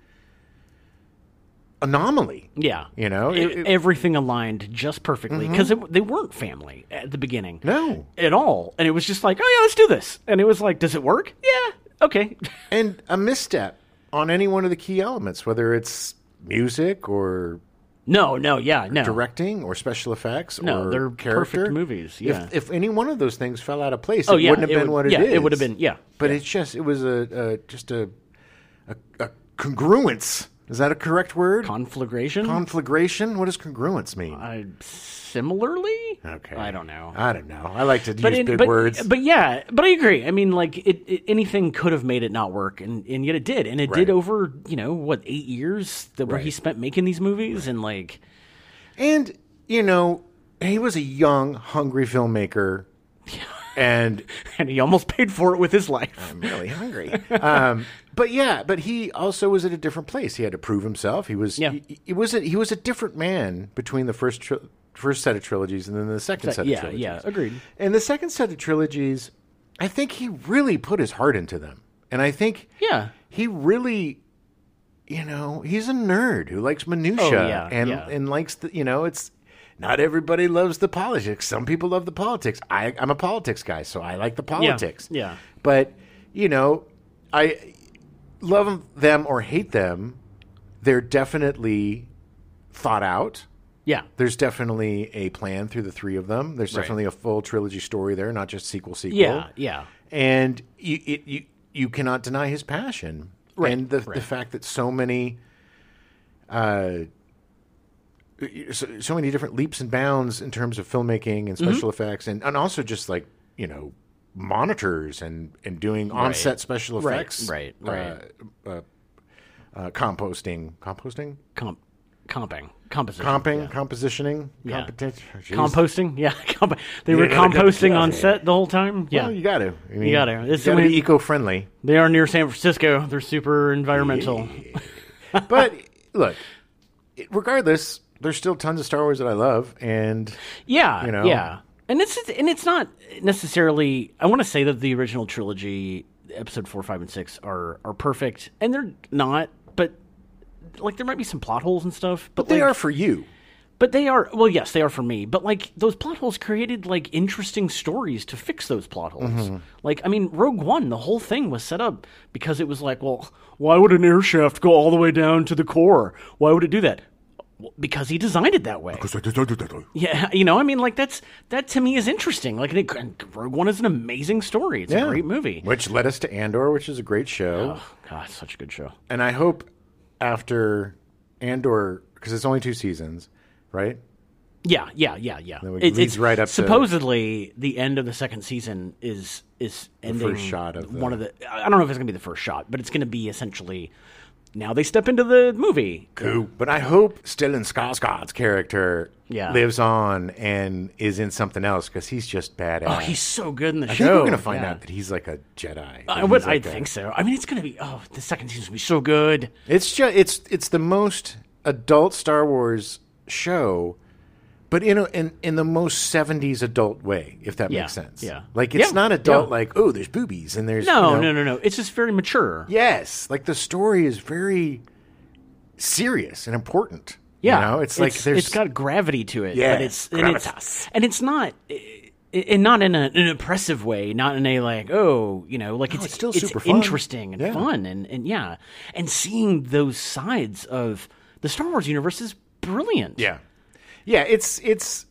Speaker 1: anomaly.
Speaker 2: Yeah.
Speaker 1: You know,
Speaker 2: E-
Speaker 1: It- Mm-hmm. it-
Speaker 2: everything aligned just perfectly because they weren't family at the beginning.
Speaker 1: no,
Speaker 2: At all. And it was just like, oh, yeah, let's do this. And it was like, does it work? Yeah. Okay.
Speaker 1: and a misstep on any one of the key elements, whether it's music or
Speaker 2: no, no, yeah, no.
Speaker 1: directing or special effects
Speaker 2: No,
Speaker 1: or
Speaker 2: they're
Speaker 1: character
Speaker 2: perfect movies, yeah.
Speaker 1: If, if any one of those things fell out of place,
Speaker 2: oh,
Speaker 1: it
Speaker 2: yeah.
Speaker 1: wouldn't have been
Speaker 2: would-
Speaker 1: what it is.
Speaker 2: yeah, It would have been, yeah.
Speaker 1: But it's just it was a, a just a, a a congruence. Is that a correct word?
Speaker 2: Conflagration?
Speaker 1: Conflagration. What does congruence mean?
Speaker 2: I- similarly?
Speaker 1: okay,
Speaker 2: I don't know.
Speaker 1: I don't know. I like to
Speaker 2: but
Speaker 1: use
Speaker 2: in-
Speaker 1: big
Speaker 2: but,
Speaker 1: words.
Speaker 2: But yeah, but I agree. I mean, like it, it anything could have made it not work, and, and yet it did, and it
Speaker 1: Right.
Speaker 2: did over you know what eight years that where he
Speaker 1: Right.
Speaker 2: spent making these movies, and like
Speaker 1: and you know, he was a young, hungry filmmaker, and
Speaker 2: and he almost paid for it with his life.
Speaker 1: I'm really hungry. um, but yeah, but he also was at a different place. He had to prove himself. He was
Speaker 2: Yeah.
Speaker 1: he, he was a, he was a different man between the first tri- first set of trilogies and then the second set of
Speaker 2: yeah,
Speaker 1: trilogies.
Speaker 2: yeah, agreed.
Speaker 1: And the second set of trilogies, I think he really put his heart into them. And I think
Speaker 2: Yeah.
Speaker 1: he really you know, he's a nerd who likes minutia
Speaker 2: Oh, yeah,
Speaker 1: and
Speaker 2: yeah.
Speaker 1: and likes the you know, it's not everybody loves the politics. Some people love the politics. I, I'm a politics guy, so I like the politics.
Speaker 2: yeah.
Speaker 1: But, you know, I love them or hate them, they're definitely thought out.
Speaker 2: Yeah,
Speaker 1: There's definitely a plan through the three of them. There's definitely a full trilogy story there, not just sequel sequel.
Speaker 2: yeah, yeah.
Speaker 1: And you it, you you cannot deny his passion
Speaker 2: Right,
Speaker 1: and the
Speaker 2: right.
Speaker 1: the fact that so many uh so, so many different leaps and bounds in terms of filmmaking
Speaker 2: Mm-hmm.
Speaker 1: and special effects and and also just like, you know, monitors and and doing on-set special
Speaker 2: Right,
Speaker 1: effects.
Speaker 2: right,
Speaker 1: uh,
Speaker 2: right.
Speaker 1: uh, uh, composting, composting,
Speaker 2: Comp, comping, composition,
Speaker 1: comping, compositioning,
Speaker 2: Yeah.
Speaker 1: competi- Jeez.
Speaker 2: composting. Yeah, comp- they were
Speaker 1: Yeah, yeah,
Speaker 2: composting
Speaker 1: yeah.
Speaker 2: on set the whole time. Yeah,
Speaker 1: Well, Oh, you got to. I mean,
Speaker 2: gotta. It's-
Speaker 1: gotta
Speaker 2: I mean-
Speaker 1: be eco-friendly.
Speaker 2: they are near San Francisco. They're super environmental.
Speaker 1: But look, it- regardless, there's still tons of Star Wars that I love, and
Speaker 2: Yeah,
Speaker 1: You know?
Speaker 2: yeah, and it's it's- and it's not necessarily. I want to say that the original trilogy, episode four, five, and six, are are perfect, and they're not. But like, there might be some plot holes and stuff. But,
Speaker 1: they
Speaker 2: like-
Speaker 1: are for you.
Speaker 2: But they are. Well, yes, they are for me. But like, those plot holes created like interesting stories to fix those plot holes. Like, I mean, Rogue One, the whole thing was set up because it was like, well, why would an air shaft go all the way down to the core? Why would it do that? Well, Because he designed it that way. Yeah, you know, I mean, like that's that to me is interesting. Like, and it- and Rogue One is an amazing story. It's a great movie.
Speaker 1: Which led us to Andor, which is a great show,
Speaker 2: Oh God, such a good show.
Speaker 1: and I hope after Andor, because it's only two seasons, right?
Speaker 2: Yeah, yeah, yeah, yeah.
Speaker 1: we-
Speaker 2: It-
Speaker 1: leads right up to-
Speaker 2: Supposedly, the end of the second season is is ending.
Speaker 1: first shot of the-
Speaker 2: one of the. I don't know if it's gonna be the first shot, but it's gonna be essentially. Now they step into the movie.
Speaker 1: Ooh, But I hope Stellan Skarsgård's character
Speaker 2: Yeah.
Speaker 1: lives on and is in something else because he's just badass.
Speaker 2: Oh, he's so good in the
Speaker 1: I
Speaker 2: show.
Speaker 1: think we're gonna find
Speaker 2: Yeah.
Speaker 1: out that he's like a Jedi.
Speaker 2: I
Speaker 1: that
Speaker 2: would.
Speaker 1: he's like
Speaker 2: I
Speaker 1: a-
Speaker 2: think so. I mean, it's gonna be. Oh, the second season's gonna be so good.
Speaker 1: It's just it's it's the most adult Star Wars show, but in a, in in the most seventies adult way, if that
Speaker 2: Yeah,
Speaker 1: makes sense.
Speaker 2: yeah.
Speaker 1: like it's
Speaker 2: Yeah,
Speaker 1: not adult
Speaker 2: yeah.
Speaker 1: like oh there's boobies and there's
Speaker 2: No,
Speaker 1: you know-
Speaker 2: no, no, no. It's just very mature.
Speaker 1: yes like the story is very serious and important.
Speaker 2: Yeah,
Speaker 1: you know it's, like there's
Speaker 2: it's got gravity to it.
Speaker 1: Yeah,
Speaker 2: but it's and
Speaker 1: gravitas.
Speaker 2: it's and it's not. i- i- And not in a, an oppressive way, not in a like, oh, you know, like it's,
Speaker 1: it's still super fun.
Speaker 2: interesting and
Speaker 1: Yeah.
Speaker 2: fun and, and yeah. And seeing those sides of the Star Wars universe is brilliant.
Speaker 1: yeah, yeah. It's it's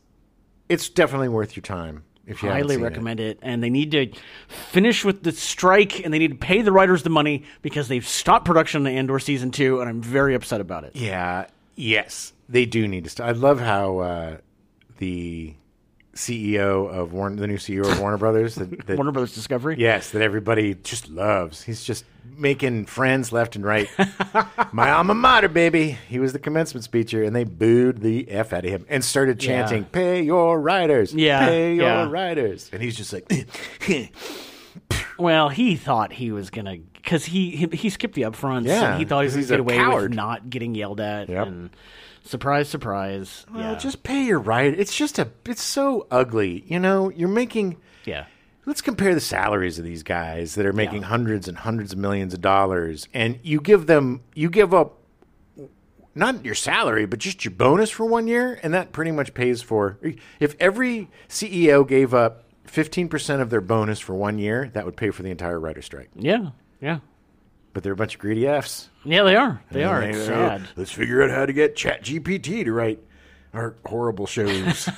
Speaker 1: it's definitely worth your time if you haven't
Speaker 2: Highly
Speaker 1: seen it.
Speaker 2: recommend it. And they need to finish with the strike and they need to pay the writers the money because they've stopped production on Andor season two, and I'm very upset about it.
Speaker 1: Yeah. Yes, they do need to. St- I love how uh, the CEO of Warner, the new CEO of Warner Brothers. That, that,
Speaker 2: Warner Brothers Discovery.
Speaker 1: Yes, that everybody just loves. He's just making friends left and right. My alma mater, baby. He was the commencement speaker, and they booed the f out of him and started chanting, "Pay your riders,
Speaker 2: Yeah,
Speaker 1: pay your
Speaker 2: yeah.
Speaker 1: riders." And he's just like,
Speaker 2: Well, he thought he was gonna because he, he he skipped the upfronts.
Speaker 1: Yeah,
Speaker 2: and he thought he
Speaker 1: 'cause
Speaker 2: was gonna
Speaker 1: he's
Speaker 2: get
Speaker 1: a
Speaker 2: away with
Speaker 1: coward.
Speaker 2: not getting yelled at.
Speaker 1: Yep.
Speaker 2: And surprise, surprise.
Speaker 1: "Well,
Speaker 2: yeah,
Speaker 1: just pay your rider." It's just a, it's so ugly. You know, you're making.
Speaker 2: yeah,
Speaker 1: Let's compare the salaries of these guys that are making hundreds and hundreds of millions of dollars, and you give them, you give up not your salary, but just your bonus for one year, and that pretty much pays for. If every CEO gave up fifteen percent of their bonus for one year, that would pay for the entire writer strike.
Speaker 2: yeah, yeah,
Speaker 1: But they're a bunch of greedy f's.
Speaker 2: yeah. They are. They
Speaker 1: And
Speaker 2: are.
Speaker 1: they-
Speaker 2: It's
Speaker 1: oh,
Speaker 2: sad.
Speaker 1: Let's figure out how to get ChatGPT to write our horrible shows.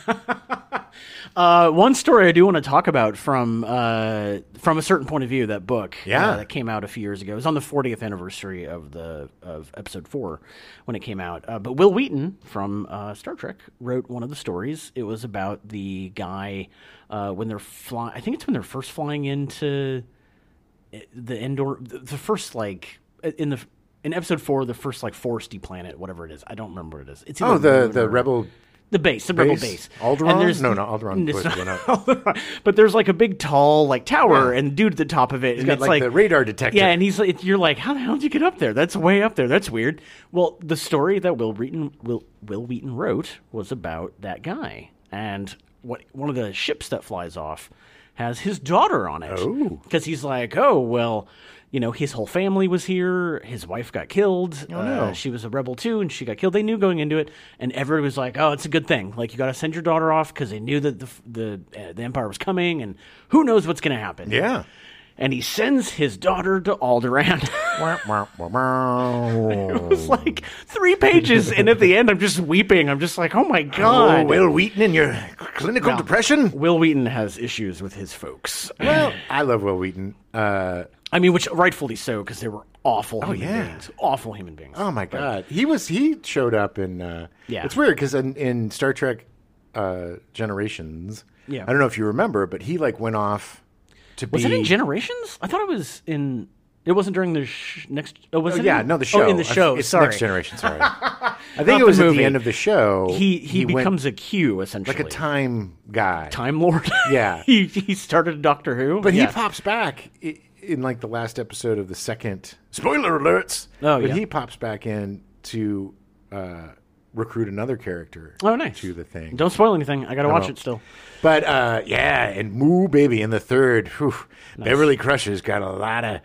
Speaker 2: Uh, one story I do want to talk about from uh, from a certain point of view that book
Speaker 1: Yeah.
Speaker 2: uh, that came out a few years ago. It was on the 40th anniversary of the of episode four when it came out. Uh, but Will Wheaton from uh, Star Trek wrote one of the stories. It was about the guy uh, when they're flying. I think it's when they're first flying into eh, the indoor the, the first like in the in episode four the first like foresty planet whatever it is I don't remember what it is. It's
Speaker 1: oh,
Speaker 2: either
Speaker 1: the
Speaker 2: moon
Speaker 1: the
Speaker 2: or-
Speaker 1: rebel.
Speaker 2: the base, the rebel
Speaker 1: Base?
Speaker 2: base.
Speaker 1: Alderaan?
Speaker 2: And there's-
Speaker 1: No, not Alderaan.
Speaker 2: It's
Speaker 1: Please,
Speaker 2: not
Speaker 1: why
Speaker 2: Alderaan. But there's like a big tall like tower and dude at the top of it. and
Speaker 1: got,
Speaker 2: it's
Speaker 1: like,
Speaker 2: like
Speaker 1: the radar detector.
Speaker 2: Yeah, and he's like you're like, How the hell did you get up there? That's way up there. That's weird. Well, the story that Will Wheaton Will Will Wheaton wrote was about that guy. And what one of the ships that flies off has his daughter on it.
Speaker 1: Oh.
Speaker 2: Because he's like, Oh, well, you know, his whole family was here. His wife got killed. Oh,
Speaker 1: no.
Speaker 2: she was a rebel too, and she got killed. They knew going into it, and everybody was like, "Oh, it's a good thing. Like you got to send your daughter off because they knew that the the uh, the empire was coming, and who knows what's going to happen."
Speaker 1: Yeah.
Speaker 2: And he sends his daughter to Alderaan.
Speaker 1: Wah, wah, wah, wah.
Speaker 2: it
Speaker 1: Oh.
Speaker 2: was like three pages, and at the end, I'm just weeping. I'm just like, "Oh my god."
Speaker 1: Oh, Will Wheaton and your clinical
Speaker 2: Yeah.
Speaker 1: depression?
Speaker 2: Will Wheaton has issues with his folks.
Speaker 1: Well, I love Will Wheaton. Uh,
Speaker 2: I mean, which rightfully so, because they were awful human
Speaker 1: Oh, yeah.
Speaker 2: beings. Awful human beings.
Speaker 1: oh my God, he was he showed up in. Uh,
Speaker 2: Yeah.
Speaker 1: it's weird because in, in Star Trek uh, Generations,
Speaker 2: Yeah.
Speaker 1: I don't know if you remember, but he like went off to
Speaker 2: Was
Speaker 1: be.
Speaker 2: it in Generations? I thought it was in. It wasn't during the sh- next. Oh, was it?
Speaker 1: yeah,
Speaker 2: in-
Speaker 1: no, the show.
Speaker 2: Oh, in the
Speaker 1: I-
Speaker 2: show.
Speaker 1: it's
Speaker 2: sorry,
Speaker 1: Next Generation. Sorry, I
Speaker 2: Not
Speaker 1: think it
Speaker 2: the
Speaker 1: was at
Speaker 2: movie.
Speaker 1: the end of the show.
Speaker 2: he he,
Speaker 1: went
Speaker 2: becomes a Q essentially,
Speaker 1: like a time guy,
Speaker 2: time lord.
Speaker 1: Yeah.
Speaker 2: he he started Doctor Who,
Speaker 1: but
Speaker 2: Yeah.
Speaker 1: he pops back i- in like the last episode of the second. Spoiler alerts!
Speaker 2: Oh,
Speaker 1: but
Speaker 2: yeah.
Speaker 1: he pops back in to uh, recruit another character.
Speaker 2: oh nice.
Speaker 1: to the thing.
Speaker 2: Don't spoil anything. I gotta watch
Speaker 1: won't.
Speaker 2: it still.
Speaker 1: But uh, yeah, and Moo Baby in the third. Whew, Beverly Crusher's got a lot of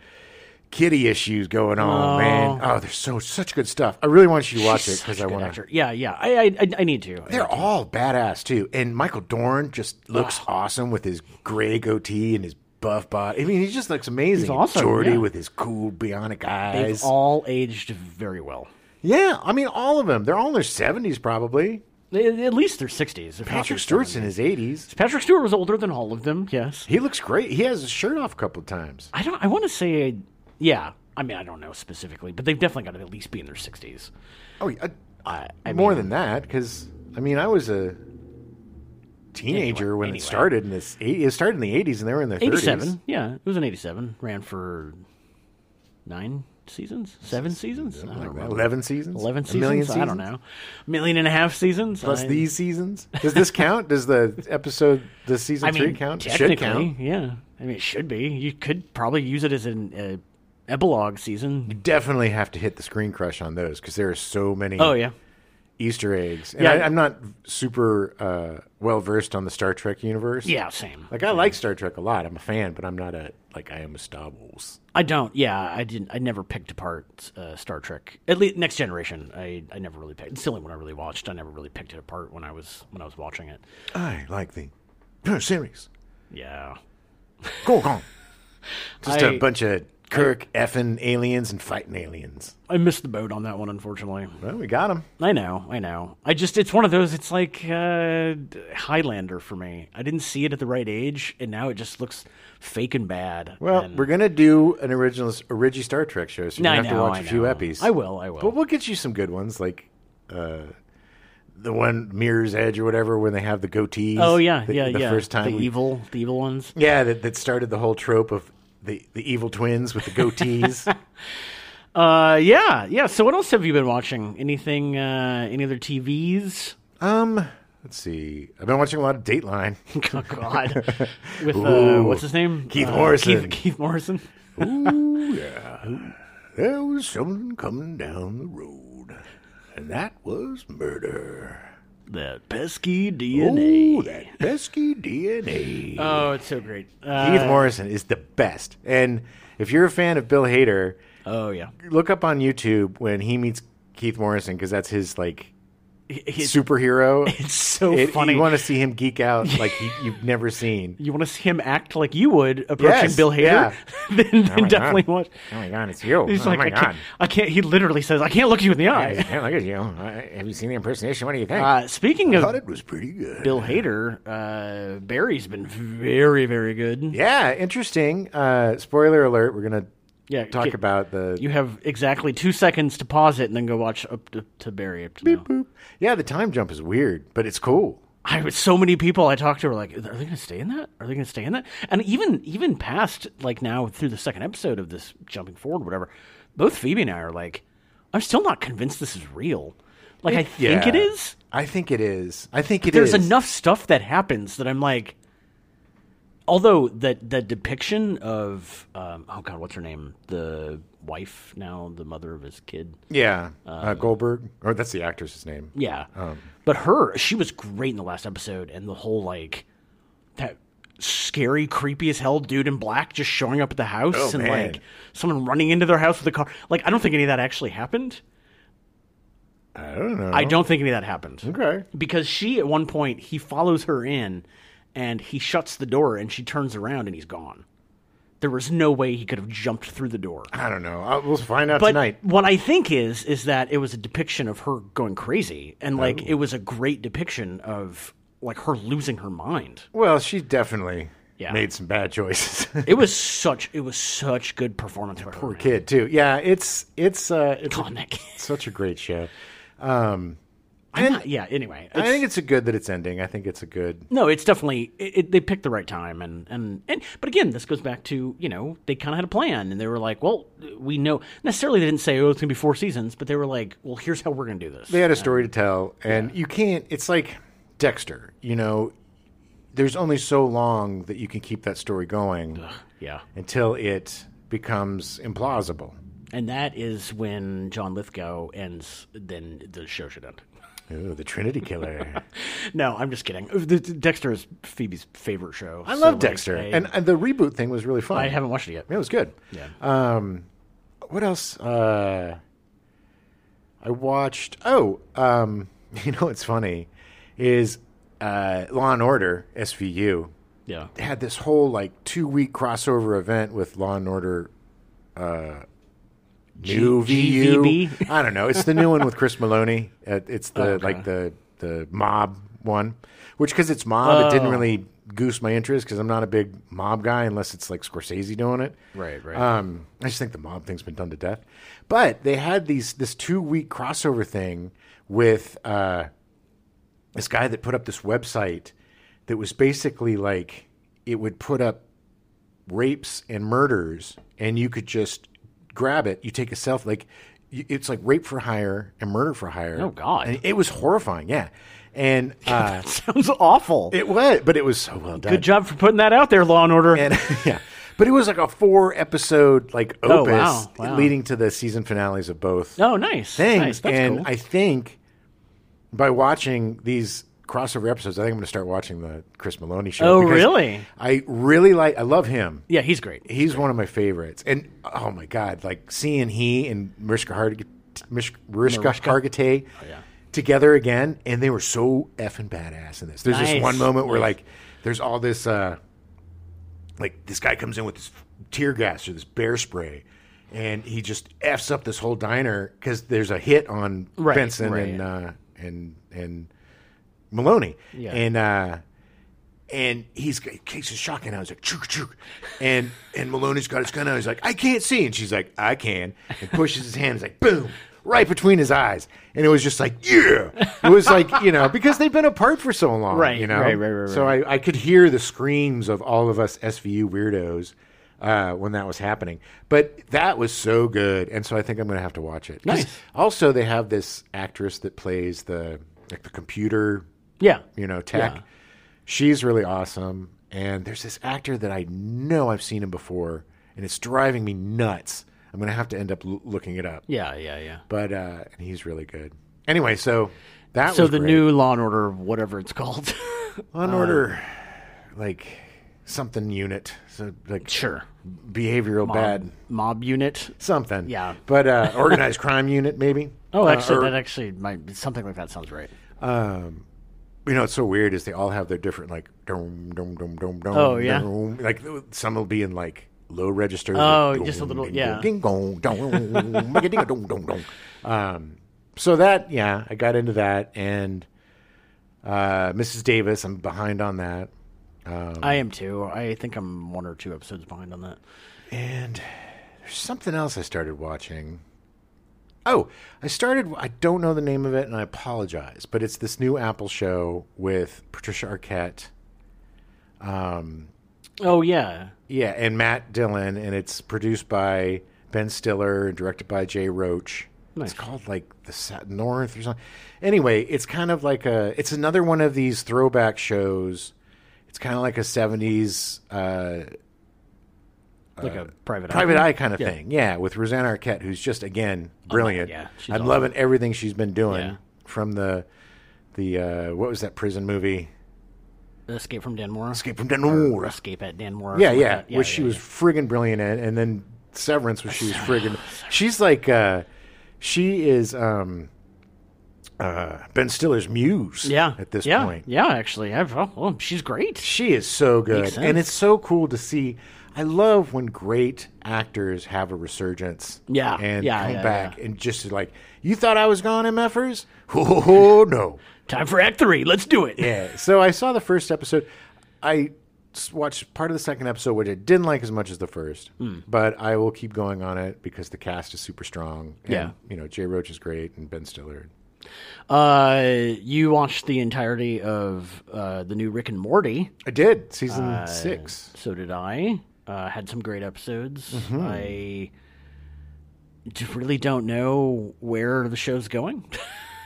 Speaker 1: kitty issues going on,
Speaker 2: Oh.
Speaker 1: man. Oh, there's so such good stuff. I really want you to watch
Speaker 2: She's
Speaker 1: it because
Speaker 2: such
Speaker 1: I
Speaker 2: a good
Speaker 1: want to.
Speaker 2: actor. Yeah, yeah. I I, I, I need to.
Speaker 1: They're all badass too, and Michael Dorn just looks awesome with his gray goatee and his buff body. I mean, he just looks amazing. And
Speaker 2: awesome,
Speaker 1: Geordi
Speaker 2: yeah.
Speaker 1: with his cool bionic
Speaker 2: They've
Speaker 1: eyes.
Speaker 2: all aged very well.
Speaker 1: yeah, I mean, all of them. They're all in their seventies probably.
Speaker 2: At at least their sixties.
Speaker 1: Patrick Stewart's in his eighties.
Speaker 2: Patrick Stewart was older than all of them. Yes.
Speaker 1: He looks great. He has his shirt off a couple of times.
Speaker 2: I don't. I want to say, yeah. I mean, I don't know specifically, but they've definitely got to at least be in their sixties.
Speaker 1: Oh, yeah,
Speaker 2: I, I
Speaker 1: more
Speaker 2: mean,
Speaker 1: than that, because I mean, I was a teenager
Speaker 2: Anyway,
Speaker 1: when
Speaker 2: anyway.
Speaker 1: it started in this. It started in the eighties, and they were in their
Speaker 2: 87.
Speaker 1: thirties.
Speaker 2: Yeah, it was an 87. Ran for nine seasons? Seven seasons? I don't know.
Speaker 1: Eleven seasons,
Speaker 2: 11
Speaker 1: A
Speaker 2: seasons?
Speaker 1: million
Speaker 2: I don't know. Million and a half seasons?
Speaker 1: Plus
Speaker 2: I,
Speaker 1: these seasons. Does this count? Does the episode, the season
Speaker 2: I
Speaker 1: three
Speaker 2: mean,
Speaker 1: count? It
Speaker 2: technically,
Speaker 1: Should count.
Speaker 2: yeah. I mean, it should be. You could probably use it as an uh, epilogue season.
Speaker 1: Definitely have to hit the screen crush on those because there are so many
Speaker 2: Oh, yeah.
Speaker 1: Easter eggs. And
Speaker 2: Yeah.
Speaker 1: I, I'm not super uh, well versed on the Star Trek universe.
Speaker 2: Yeah, same.
Speaker 1: Like I like Star Trek a lot. I'm a fan, but I'm not a like I am a Star Wars.
Speaker 2: I don't. Yeah, I didn't. I never picked apart uh, Star Trek. At least Next Generation. I, I never really picked. It's the only one I really watched. I never really picked it apart when I was when I was watching it.
Speaker 1: I like the series.
Speaker 2: Yeah.
Speaker 1: Gorgon. Just a
Speaker 2: I-
Speaker 1: bunch of Kirk effing aliens and fighting aliens.
Speaker 2: I missed the boat on that one, unfortunately.
Speaker 1: Well, we got him.
Speaker 2: I know, I know. I just, it's one of those, it's like uh, Highlander for me. I didn't see it at the right age, and now it just looks fake and bad.
Speaker 1: Well,
Speaker 2: and,
Speaker 1: we're gonna do an original a Rigi Star Trek show, so
Speaker 2: No,
Speaker 1: you're
Speaker 2: I
Speaker 1: gonna have
Speaker 2: know,
Speaker 1: to watch
Speaker 2: I
Speaker 1: a few
Speaker 2: know.
Speaker 1: episodes.
Speaker 2: I will, I will.
Speaker 1: But we'll get you some good ones like uh, the one Mirror's Edge or whatever when they have the goatees.
Speaker 2: Oh yeah,
Speaker 1: the,
Speaker 2: yeah,
Speaker 1: the
Speaker 2: yeah.
Speaker 1: first time
Speaker 2: the
Speaker 1: we-
Speaker 2: evil, the evil ones.
Speaker 1: yeah, that, that started the whole trope of the the evil twins with the goatees.
Speaker 2: Uh, yeah, yeah. So what else have you been watching? Anything? Uh, any other TVs?
Speaker 1: um, let's see. I've been watching a lot of Dateline.
Speaker 2: Oh God! With uh,
Speaker 1: Ooh.
Speaker 2: what's his name?
Speaker 1: Keith
Speaker 2: Uh,
Speaker 1: Morrison.
Speaker 2: Keith, Keith Morrison.
Speaker 1: Ooh, yeah. There was someone coming down the road, and that was murder.
Speaker 2: That pesky
Speaker 1: Ooh,
Speaker 2: DNA.
Speaker 1: that pesky DNA.
Speaker 2: Oh, it's so great. Uh,
Speaker 1: Keith Morrison is the best. And if you're a fan of Bill Hader,
Speaker 2: oh yeah.
Speaker 1: look up on YouTube when he meets Keith Morrison because that's his like
Speaker 2: He- he's-
Speaker 1: superhero.
Speaker 2: it's so
Speaker 1: It-
Speaker 2: funny.
Speaker 1: You want to see him geek out like he, you've never seen.
Speaker 2: you want to see him act like you would approaching
Speaker 1: Yes,
Speaker 2: Bill Hader?
Speaker 1: yeah. Oh,
Speaker 2: then then
Speaker 1: God.
Speaker 2: definitely watch.
Speaker 1: Oh my god, it's you!
Speaker 2: He's like, I can't, I can't. He literally says, "I can't look you in the eye."
Speaker 1: look at you! Uh, have you seen the impersonation? What do you think?
Speaker 2: Uh, speaking of
Speaker 1: it was pretty good.
Speaker 2: Bill Hader, uh, Barry's been very, very good.
Speaker 1: Yeah, interesting. Uh, spoiler alert: We're gonna
Speaker 2: Yeah,
Speaker 1: talk
Speaker 2: get-
Speaker 1: about the
Speaker 2: You have exactly two seconds to pause it and then go watch up to, to Barry up to now.
Speaker 1: boop. Yeah, the time jump is weird, but it's cool.
Speaker 2: I was so many people I talked to were like, "Are they going to stay in that? Are they going to stay in that?" And even even past like now through the second episode of this jumping forward, whatever, both Phoebe and I are like, "I'm still not convinced this is real." Like I think it
Speaker 1: Yeah.
Speaker 2: is.
Speaker 1: I think it is. I think it is.
Speaker 2: There's enough stuff that happens that I'm like, although that the depiction of um, oh god, what's her name? The wife now, the mother of his kid.
Speaker 1: Yeah, uh, Goldberg, or that's the actress's name.
Speaker 2: Yeah.
Speaker 1: Um.
Speaker 2: but her, she was great in the last episode, and the whole like that scary, creepy as hell dude in black just showing up at the house
Speaker 1: Oh,
Speaker 2: and
Speaker 1: man.
Speaker 2: like someone running into their house with a car. Like, I don't think any of that actually happened.
Speaker 1: I don't know.
Speaker 2: I don't think any of that happened.
Speaker 1: okay.
Speaker 2: Because she, at one point, he follows her in and he shuts the door and she turns around and he's gone. There was no way he could have jumped through the door.
Speaker 1: I don't know. i we'll find out
Speaker 2: But
Speaker 1: tonight.
Speaker 2: what I think is is that it was a depiction of her going crazy, and like
Speaker 1: Oh.
Speaker 2: it was a great depiction of like her losing her mind.
Speaker 1: Well, she definitely
Speaker 2: Yeah.
Speaker 1: made some bad choices.
Speaker 2: It was such it was such good performance. by her,
Speaker 1: Poor
Speaker 2: man.
Speaker 1: kid, too. Yeah, it's it's uh, it's
Speaker 2: God, that kid.
Speaker 1: such a great show.
Speaker 2: I'm not- yeah. Anyway,
Speaker 1: I
Speaker 2: it's-
Speaker 1: think it's a good that it's ending. I think it's a good.
Speaker 2: no, it's definitely it, it, they picked the right time, and and and but again, this goes back to you know they kind of had a plan, and they were like, well, we know necessarily they didn't say oh it's gonna be four seasons, but they were like, well, here's how we're gonna do this.
Speaker 1: They had a story to tell, and you can't. It's like Dexter. You know, there's only so long that you can keep that story going
Speaker 2: yeah,
Speaker 1: until it becomes implausible.
Speaker 2: and that is when John Lithgow ends. Then the show should end.
Speaker 1: Ooh, the Trinity Killer.
Speaker 2: No, I'm just kidding. Uh, The- the- Dexter is Phoebe's favorite show.
Speaker 1: I love Dexter, and, and the reboot thing was really fun.
Speaker 2: I haven't watched it yet.
Speaker 1: It was good.
Speaker 2: Yeah.
Speaker 1: Um, what else? Uh, I watched. Oh, um, you know what's funny is uh, Law and Order SVU
Speaker 2: Yeah.
Speaker 1: had this whole like two week crossover event with Law and Order. Uh,
Speaker 2: G-
Speaker 1: new VU.
Speaker 2: GVB?
Speaker 1: I don't know. It's the new one with Chris Maloney. Uh, It's the
Speaker 2: Okay.
Speaker 1: like the the mob one, which because it's mob, it didn't
Speaker 2: Oh.
Speaker 1: really goose my interest because I'm not a big mob guy unless it's like Scorsese doing it.
Speaker 2: Right, right.
Speaker 1: Um, I just think the mob thing's been done to death. But they had these this two week crossover thing with uh, this guy that put up this website that was basically like it would put up rapes and murders, and you could just grab it. You take a self like y- it's like rape for hire and murder for hire.
Speaker 2: Oh, God.
Speaker 1: And it was horrifying. Yeah, and uh,
Speaker 2: That sounds awful.
Speaker 1: it was, but it was so well done.
Speaker 2: Good job for putting that out there, Law and Order.
Speaker 1: And yeah, but it was like a four episode like
Speaker 2: Oh,
Speaker 1: opus
Speaker 2: wow, wow.
Speaker 1: leading to the season finales of both
Speaker 2: oh, nice.
Speaker 1: things.
Speaker 2: nice. That's
Speaker 1: and
Speaker 2: cool.
Speaker 1: I think by watching these crossover episodes, I think I'm going to start watching the Chris Maloney show.
Speaker 2: Oh,
Speaker 1: because
Speaker 2: really?
Speaker 1: I really like. I love him.
Speaker 2: yeah, he's great.
Speaker 1: He's one of my favorites. And oh my god, like seeing he and Mariska Hargitay, Mariska Hargitay
Speaker 2: Oh,
Speaker 1: together again, and they were so effing badass in this. There's
Speaker 2: Nice.
Speaker 1: this one moment where like there's all this uh like this guy comes in with this tear gas or this bear spray. And he just f's up this whole diner because there's a hit on
Speaker 2: Right,
Speaker 1: Benson
Speaker 2: right.
Speaker 1: and uh, and and Maloney,
Speaker 2: Yeah.
Speaker 1: and uh, and he's he kicks his shotgun out. He's like, chook, chook. And, and Maloney's got his gun out. He's like, I can't see. And she's like, I can. And pushes his hand. He's like, boom. right between his eyes, and it was just like, yeah, it was like you know because they've been apart for so long,
Speaker 2: Right,
Speaker 1: You know,
Speaker 2: right, right, right,
Speaker 1: So I, I could hear the screams of all of us SVU weirdos. Uh, when that was happening, but that was so good, and so I think I'm going to have to watch it. 'Cause
Speaker 2: Nice.
Speaker 1: Also, they have this actress that plays the like the computer
Speaker 2: Yeah.
Speaker 1: you know, tech.
Speaker 2: Yeah.
Speaker 1: She's really awesome. And there's this actor that I know I've seen him before, and it's driving me nuts. I'm going to have to end up l- looking it up.
Speaker 2: Yeah, yeah, yeah.
Speaker 1: But uh, he's really good. Anyway, so that
Speaker 2: So
Speaker 1: was
Speaker 2: the
Speaker 1: great.
Speaker 2: new uh, Law and Order, whatever it's called.
Speaker 1: Law and Order, like something unit, so like
Speaker 2: sure.
Speaker 1: behavioral bad
Speaker 2: Mob unit.
Speaker 1: something.
Speaker 2: Yeah.
Speaker 1: But uh, organized crime unit, maybe.
Speaker 2: Oh,
Speaker 1: Uh,
Speaker 2: actually,
Speaker 1: or-
Speaker 2: that actually might something like that sounds right.
Speaker 1: um, you know, it's so weird is they all have their different like dum dum dum dum dum.
Speaker 2: Oh, yeah?
Speaker 1: dum. like some will be in like low register.
Speaker 2: Oh,
Speaker 1: Dum,
Speaker 2: just a little-
Speaker 1: ding,
Speaker 2: yeah.
Speaker 1: Ding dong dong, magadinga, dum, dum, dum. Um, so that yeah, I got into that and uh, Mrs. Davis. I'm behind on that. Um,
Speaker 2: I am too. I think I'm one or two episodes behind on that.
Speaker 1: And there's something else I started watching. Oh, I started. I don't know the name of it, and I apologize. But it's this new Apple show with Patricia Arquette.
Speaker 2: Oh yeah,
Speaker 1: Yeah, and Matt Dillon, and it's produced by Ben Stiller and directed by Jay Roach.
Speaker 2: Nice.
Speaker 1: It's called like the Sat North or something. Anyway, it's kind of like a. It's another one of these throwback shows. It's kind of like a '70s uh,
Speaker 2: Uh, like a private
Speaker 1: private
Speaker 2: eye.
Speaker 1: eye kind of thing. Yeah, with Rosanna Arquette, who's just again brilliant.
Speaker 2: Oh yeah, she's
Speaker 1: I'm
Speaker 2: awesome.
Speaker 1: loving everything she's been doing
Speaker 2: Yeah.
Speaker 1: from the the uh, what was that prison movie?
Speaker 2: Escape from Danmore.
Speaker 1: Escape from Danmore.
Speaker 2: Escape at Danmore. or
Speaker 1: Yeah,
Speaker 2: something like
Speaker 1: yeah,
Speaker 2: that.
Speaker 1: which she
Speaker 2: yeah.
Speaker 1: was friggin' brilliant in, and then Severance, which she was friggin'. she's like, uh, she is um, uh, Ben Stiller's muse.
Speaker 2: Yeah.
Speaker 1: at this
Speaker 2: yeah.
Speaker 1: point,
Speaker 2: Yeah, actually, I've, oh, oh, she's great.
Speaker 1: she is so
Speaker 2: Makes
Speaker 1: good,
Speaker 2: sense.
Speaker 1: and it's so cool to see. I love when great actors have a resurgence.
Speaker 2: Yeah,
Speaker 1: and
Speaker 2: yeah,
Speaker 1: come
Speaker 2: yeah,
Speaker 1: back and just like you thought I was gone, MFers? Oh no.
Speaker 2: Time for Act Three. Let's do it.
Speaker 1: Yeah. So I saw the first episode. I s- watched part of the second episode, which I didn't like as much as the first,
Speaker 2: Hmm.
Speaker 1: but I will keep going on it because the cast is super strong. And,
Speaker 2: Yeah.
Speaker 1: You know, Jay Roach is great and Ben Stiller.
Speaker 2: Uh, you watched the entirety of uh, the new Rick and Morty.
Speaker 1: I did season
Speaker 2: Uh,
Speaker 1: six.
Speaker 2: So did I. Uh, had some great episodes. I d- really don't know where the show's going.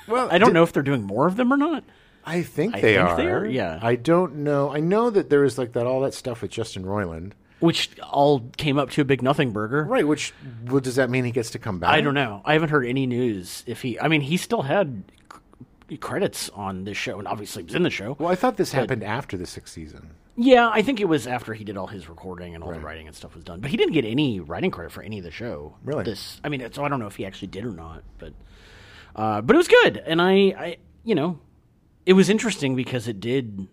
Speaker 1: Well,
Speaker 2: I don't know if they're doing more of them or not.
Speaker 1: I think they
Speaker 2: think
Speaker 1: are.
Speaker 2: they are, yeah.
Speaker 1: I don't know. I know that there was like that all that stuff with Justin Roiland,
Speaker 2: Which all came up to a big nothing burger.
Speaker 1: right? Which well, does that mean he gets to come back?
Speaker 2: I don't know. I haven't heard any news if he. I mean, he still had c- credits on this show, and obviously was in the show.
Speaker 1: Well, I thought this happened after the sixth season.
Speaker 2: Yeah, I think it was after he did all his recording and all the writing and stuff was done. But he didn't get any writing credit for any of the show.
Speaker 1: Really?
Speaker 2: This, I mean, so I don't know if he actually did or not. But, uh, but it was good, and I, I, you know, it was interesting because it did.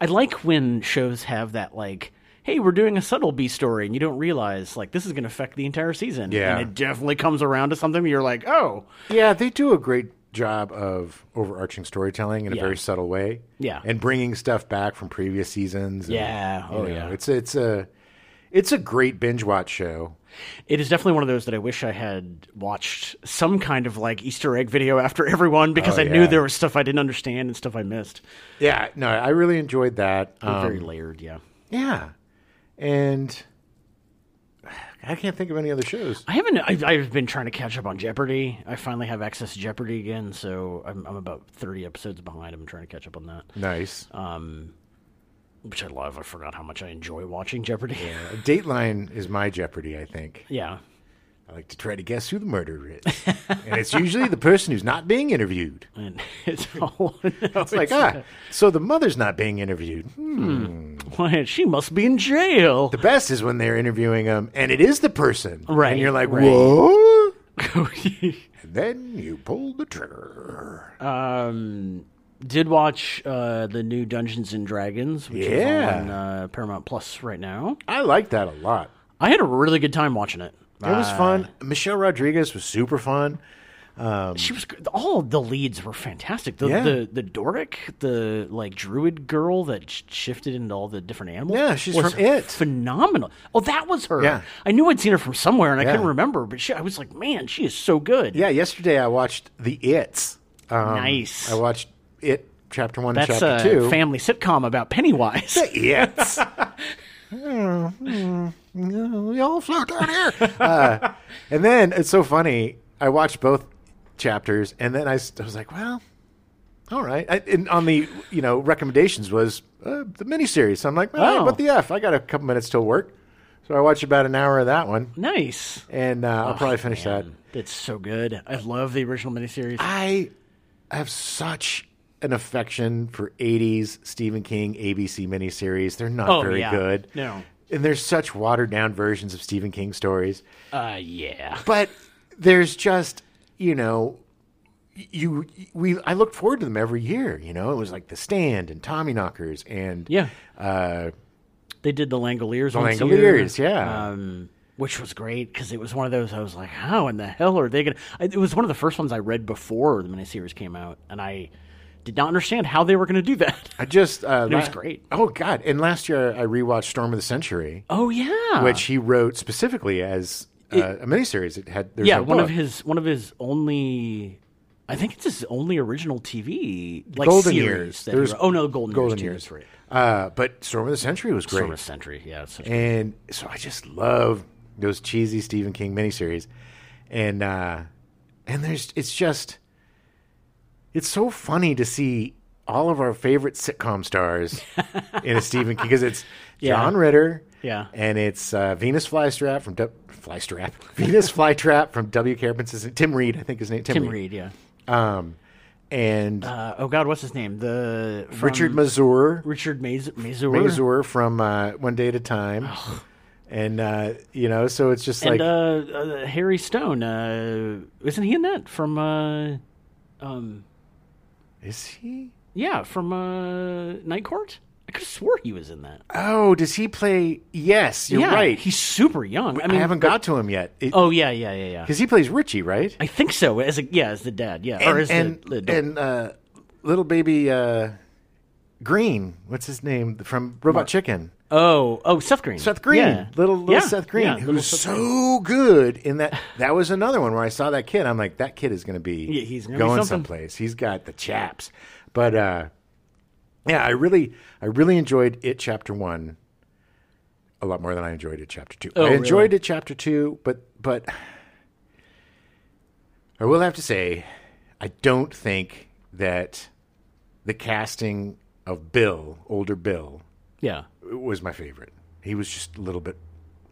Speaker 2: I like when shows have that like. Hey, we're doing a subtle B story, and you don't realize like this is going to affect the entire season.
Speaker 1: Yeah.
Speaker 2: and it definitely comes around to something. You're like, oh,
Speaker 1: Yeah, they do a great job of overarching storytelling in a very subtle way.
Speaker 2: Yeah.
Speaker 1: and bringing stuff back from previous seasons. and,
Speaker 2: Yeah.
Speaker 1: you
Speaker 2: Oh,
Speaker 1: know,
Speaker 2: yeah.
Speaker 1: It's it's a it's a great binge watch show.
Speaker 2: It is definitely one of those that I wish I had watched some kind of like Easter egg video after everyone because
Speaker 1: Oh,
Speaker 2: I knew
Speaker 1: yeah.
Speaker 2: there was stuff I didn't understand and stuff I missed.
Speaker 1: Yeah, no, I really enjoyed that. Um,
Speaker 2: Very layered, yeah.
Speaker 1: yeah, and I can't think of any other shows.
Speaker 2: I haven't. I've, I've been trying to catch up on Jeopardy. I finally have access to Jeopardy again, so I'm, I'm about thirty episodes behind. I'm trying to catch up on that,
Speaker 1: Nice.
Speaker 2: Um, which I love. I forgot how much I enjoy watching Jeopardy. Yeah.
Speaker 1: Uh, Dateline is my Jeopardy. I think I like to try to guess who the murderer is, and it's usually the person who's not being interviewed.
Speaker 2: And it's all.
Speaker 1: Oh, It's like ah, so the mother's not being interviewed.
Speaker 2: Why, she must be in jail.
Speaker 1: The best is when they're interviewing them, and it is the person,
Speaker 2: Right,
Speaker 1: And you're like,
Speaker 2: right.
Speaker 1: whoa. And then you pull the trigger.
Speaker 2: Um, did watch uh, the new Dungeons and Dragons, which
Speaker 1: Yeah.
Speaker 2: is on uh, Paramount Plus right now.
Speaker 1: I like that a lot.
Speaker 2: I had a really good time watching it.
Speaker 1: It was fun. Michelle Rodriguez was super fun. Um,
Speaker 2: she was gr- all the leads were fantastic. The
Speaker 1: Yeah.
Speaker 2: the the Doric, the like druid girl that sh- shifted into all the different animals.
Speaker 1: Yeah, she's
Speaker 2: was
Speaker 1: from It.
Speaker 2: Phenomenal. Oh, that was her.
Speaker 1: Yeah.
Speaker 2: I knew I'd seen her from somewhere, and I
Speaker 1: Yeah.
Speaker 2: couldn't remember. But she, I was like, man, she is so good.
Speaker 1: yeah, yesterday I watched The It's. Um,
Speaker 2: Nice.
Speaker 1: I watched It Chapter 1
Speaker 2: That's
Speaker 1: and Chapter
Speaker 2: a
Speaker 1: 2.
Speaker 2: family sitcom about Pennywise.
Speaker 1: It's. we all float down here. Uh, and then it's so funny. I watched both chapters, and then I, s- I was like, well, all right. I, and on the you know recommendations was uh, the miniseries. So I'm like, well,
Speaker 2: Oh.
Speaker 1: what the f? I got a couple minutes till work, so I watched about an hour of that one,
Speaker 2: nice.
Speaker 1: and uh, I'll probably finish that.
Speaker 2: That's Mm. so good. I love the original miniseries.
Speaker 1: I have such an affection for 80s Stephen King ABC miniseries. They're not
Speaker 2: Oh,
Speaker 1: very
Speaker 2: yeah.
Speaker 1: good.
Speaker 2: No.
Speaker 1: And they're such watered down versions of Stephen King stories.
Speaker 2: Uh, yeah.
Speaker 1: But there's just, you know, you we I look forward to them every year, you know. It was like The Stand and Tommyknockers and
Speaker 2: Yeah.
Speaker 1: uh
Speaker 2: They did the Langoliers once a year.
Speaker 1: Langoliers, yeah.
Speaker 2: Um, which was great because it was one of those I was like, how in the hell are they going to. It was one of the first ones I read before the miniseries came out, and I did not understand how they were going to do that.
Speaker 1: I just uh
Speaker 2: It was great.
Speaker 1: Oh god. And last year I rewatched Storm of the Century,
Speaker 2: Oh, yeah.
Speaker 1: which he wrote specifically as uh, a miniseries. It had there's
Speaker 2: yeah,
Speaker 1: no
Speaker 2: one of
Speaker 1: book.
Speaker 2: his one of his only. I think it's his only original TV like
Speaker 1: Golden
Speaker 2: series
Speaker 1: Years.
Speaker 2: That
Speaker 1: There's-
Speaker 2: he wrote. Oh no, Golden,
Speaker 1: Golden Years.
Speaker 2: Years. too, that's right.
Speaker 1: Uh, but Storm of the Century was great.
Speaker 2: Storm of Century. Yeah, it's such a-
Speaker 1: And so I just love those cheesy Stephen King miniseries. And uh, and there's it's just it's so funny to see all of our favorite sitcom stars in a Stephen King because it's
Speaker 2: Yeah.
Speaker 1: John Ritter.
Speaker 2: Yeah.
Speaker 1: And it's uh, Venus Flystrap from du- Flystrap. Venus Flytrap from W. Carpenter's Tim Reed, I think his name. Tim,
Speaker 2: Tim
Speaker 1: Reed.
Speaker 2: Reed. Yeah.
Speaker 1: Um, and
Speaker 2: Uh, um, oh God, what's his name? The from-
Speaker 1: Richard Mazur.
Speaker 2: Richard Maz- Mazur.
Speaker 1: Mazur from uh, One Day at a Time. And, uh, you know, so it's just
Speaker 2: and
Speaker 1: like,
Speaker 2: uh, uh, Harry Stone. Uh, isn't he in that from? Uh, um,
Speaker 1: is he?
Speaker 2: yeah, from uh, Night Court. I could have swore he was in that.
Speaker 1: Oh, does he play? Yes, you're
Speaker 2: yeah,
Speaker 1: right.
Speaker 2: He's super young. I
Speaker 1: I
Speaker 2: mean,
Speaker 1: haven't got to him yet. Because
Speaker 2: oh yeah, yeah, yeah, yeah.
Speaker 1: he plays Richie, right?
Speaker 2: I think so. As a, yeah, as the dad. Yeah, or
Speaker 1: And,
Speaker 2: as
Speaker 1: and,
Speaker 2: the, the adult.
Speaker 1: and, uh, little baby uh, Green, what's his name? From Robot Chicken.
Speaker 2: oh, oh, Seth Green.
Speaker 1: Seth Green,
Speaker 2: Yeah.
Speaker 1: little little
Speaker 2: Yeah,
Speaker 1: Seth Green,
Speaker 2: yeah,
Speaker 1: who's
Speaker 2: little Seth Green.
Speaker 1: so good in that. That was another one where I saw that kid. I'm like, that kid is going to be
Speaker 2: Yeah, he's gonna be
Speaker 1: going
Speaker 2: something.
Speaker 1: someplace. He's got the chaps. But uh, yeah, I really I really enjoyed it. Chapter one a lot more than I enjoyed it. Chapter two. I
Speaker 2: Oh, really?
Speaker 1: enjoyed it. Chapter two, but but I will have to say, I don't think that the casting of Bill, older Bill,
Speaker 2: Yeah.
Speaker 1: was my favorite. He was just a little bit,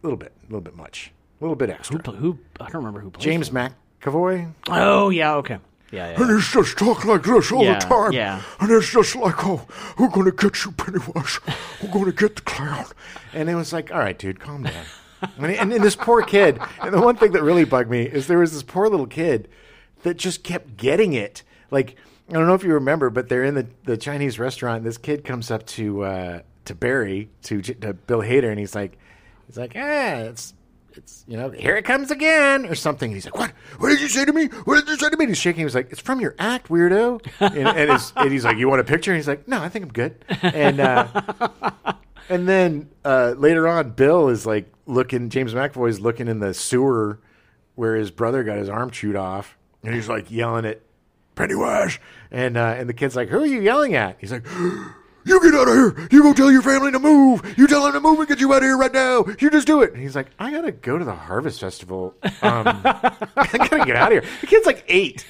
Speaker 1: little bit, a little bit much, a little bit extra.
Speaker 2: Who, who? I don't remember who played.
Speaker 1: James McAvoy.
Speaker 2: Oh yeah. Okay. Yeah. yeah.
Speaker 1: And he's just talk like this all
Speaker 2: Yeah, yeah.
Speaker 1: And it's just like, oh, we're going to get you, Pennywise. We're going to get the clown. And it was like, all right, dude, calm down. and, and, and this poor kid. And the one thing that really bugged me is there was this poor little kid that just kept getting it. Like, I don't know if you remember, but they're in the, the Chinese restaurant. And this kid comes up to uh, to Barry, to, J- to Bill Hader, and he's like, he's like, ah, it's it's you know here it comes again or something and he's like what what did you say to me what did you say to me and he's shaking he was like it's from your act weirdo and, and, it's, and he's like you want a picture and he's like no i think i'm good and uh, and then uh, later on bill is like looking james mcavoy's looking in the sewer where his brother got his arm chewed off and he's like yelling at pennywise and uh, and the kid's like who are you yelling at he's like You get out of here. You go tell your family to move. You tell them to move and get you out of here right now. You just do it. And he's like, I gotta go to the harvest festival. Um, I gotta get out of here. The kid's like eight.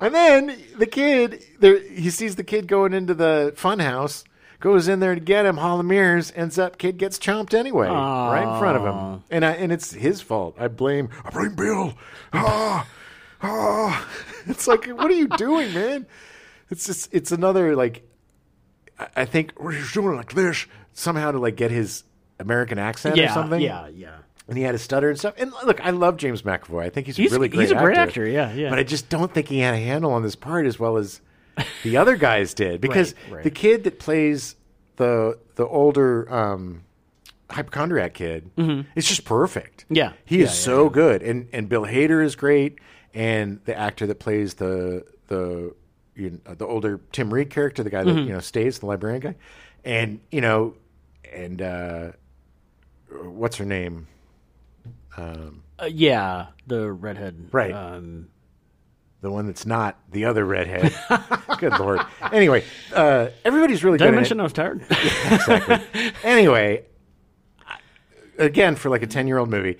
Speaker 1: and then the kid, there, he sees the kid going into the fun house, goes in there to get him, haul the mirrors, ends up kid gets chomped anyway, right in front of him. And I, and it's his fault. I blame I blame Bill. Ah, ah. It's like, what are you doing, man? It's just it's another like I- I think "Well, he's doing like this somehow to like get his American accent
Speaker 2: yeah.
Speaker 1: or something.
Speaker 2: Yeah. Yeah.
Speaker 1: And he had a stutter and stuff. And look, I love James McAvoy. I think he's,
Speaker 2: He's-
Speaker 1: a really great
Speaker 2: he's a
Speaker 1: actor.
Speaker 2: great actor, yeah, yeah.
Speaker 1: But I just don't think he had a handle on this part as well as the other guys did. Because
Speaker 2: right.
Speaker 1: the kid that plays the the older um, hypochondriac kid, it's just perfect.
Speaker 2: Mm-hmm. Yeah.
Speaker 1: He is so good. And and Bill Hader is great. and the actor that plays the the you know, the older Tim Reed character, the guy that
Speaker 2: Mm-hmm.
Speaker 1: you know stays the librarian guy, and you know, and uh, what's her name?
Speaker 2: Uh, yeah, the redhead.
Speaker 1: Right.
Speaker 2: Um,
Speaker 1: The one that's not the other redhead. Good lord. Anyway, uh, everybody's really
Speaker 2: did I
Speaker 1: good. in it.
Speaker 2: mention I was tired?
Speaker 1: exactly. anyway, I- again, for like a 10 year old movie,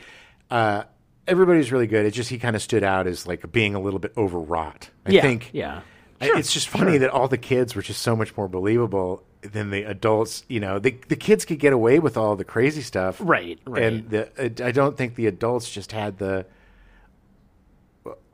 Speaker 1: uh, everybody's really good. It's just he kind of stood out as like being a little bit overwrought. I
Speaker 2: yeah.
Speaker 1: think
Speaker 2: Yeah.
Speaker 1: I- it's just funny that all the kids were just so much more believable than the adults. You know, the, the kids could get away with all the crazy stuff.
Speaker 2: Right. Right.
Speaker 1: And the, I don't think the adults just had the,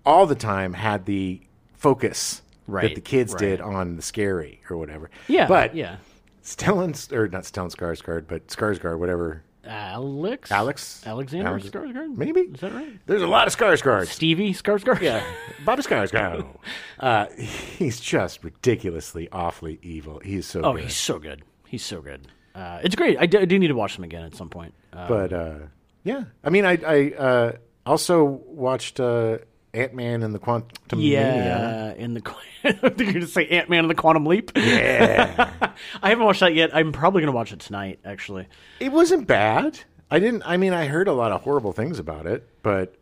Speaker 1: all the time had the focus that
Speaker 2: Right,
Speaker 1: the kids
Speaker 2: right.
Speaker 1: did on the scary or whatever.
Speaker 2: yeah.
Speaker 1: But
Speaker 2: yeah.
Speaker 1: Stellan, or not Stellan Skarsgård, but Skarsgård, whatever.
Speaker 2: Alex.
Speaker 1: Alex?
Speaker 2: Alexander
Speaker 1: Alex-
Speaker 2: Skarsgård.
Speaker 1: Maybe?
Speaker 2: Is that right?
Speaker 1: There's a lot of Skarsgårds.
Speaker 2: Stevie Skarsgård. Yeah.
Speaker 1: Bobby Skarsgård. uh, he's just ridiculously, awfully evil. He's so
Speaker 2: Oh,
Speaker 1: good.
Speaker 2: he's so good. He's so good. Uh, it's great. I do, I do need to watch them again at some point. Uh,
Speaker 1: But uh, yeah, I mean, I, I uh, also watched uh, Ant Man and the Quantum
Speaker 2: yeah, in the I think you're going to say Ant Man and the Quantum Leap.
Speaker 1: Yeah.
Speaker 2: I haven't watched that yet. I'm probably going to watch it tonight. Actually,
Speaker 1: it wasn't bad. I didn't, I mean, I heard a lot of horrible things about it, but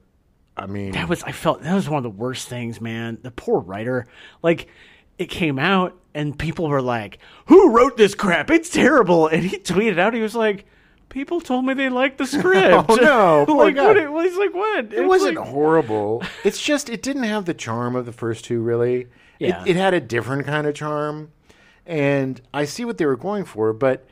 Speaker 1: I mean,
Speaker 2: that was I felt that was one of the worst things, man. The poor writer, like it came out and people were like, "Who wrote this crap? It's terrible." And he tweeted out, he was like. People told me they liked the script.
Speaker 1: Oh, no. Poor
Speaker 2: like,
Speaker 1: guy.
Speaker 2: what, it- he's like, what?
Speaker 1: it wasn't horrible. It's just it didn't have the charm of the first two really.
Speaker 2: Yeah.
Speaker 1: It, it had a different kind of charm, and I see what they were going for. But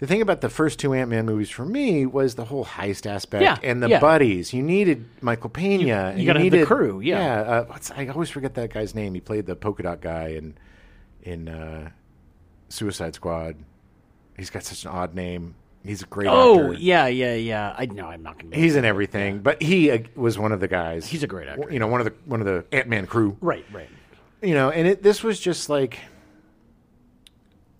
Speaker 1: the thing about the first two Ant Man movies for me was the whole heist aspect
Speaker 2: Yeah,
Speaker 1: and the
Speaker 2: yeah.
Speaker 1: buddies. You needed Michael Pena. You, and
Speaker 2: gotta have the
Speaker 1: needed-
Speaker 2: crew, yeah.
Speaker 1: uh, what's, I always forget that guy's name. He played the polka dot guy in in uh, Suicide Squad. He's got such an odd name. He's a great
Speaker 2: Oh,
Speaker 1: actor
Speaker 2: yeah, yeah, yeah. I know I'm not going to.
Speaker 1: he's in everything, but he uh, was one of the guys.
Speaker 2: He's a great actor.
Speaker 1: You know, one of the one of the Ant Man crew.
Speaker 2: Right, right.
Speaker 1: You know, and it, this was just like,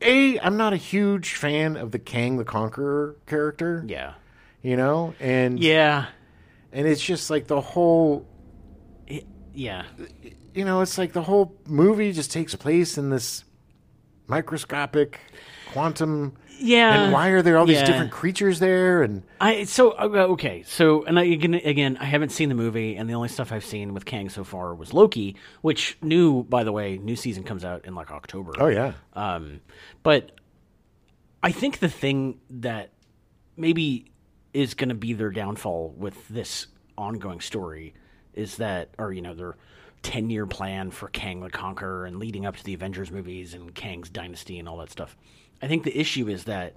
Speaker 1: a. I'm not a huge fan of the Kang the Conqueror character.
Speaker 2: Yeah.
Speaker 1: You know, and
Speaker 2: Yeah.
Speaker 1: and it's just like the whole.
Speaker 2: It- yeah.
Speaker 1: You know, it's like the whole movie just takes place in this microscopic quantum.
Speaker 2: Yeah.
Speaker 1: and why are there all these
Speaker 2: yeah.
Speaker 1: different creatures there? And
Speaker 2: I so uh, okay. So and I, again, again, I haven't seen the movie, and the only stuff I've seen with Kang so far was Loki, which new, by the way, new season comes out in like October.
Speaker 1: oh yeah,
Speaker 2: Um, but I think the thing that maybe is going to be their downfall with this ongoing story is that, or you know, their ten-year plan for Kang the Conqueror and leading up to the Avengers movies and Kang's dynasty and all that stuff. I think the issue is that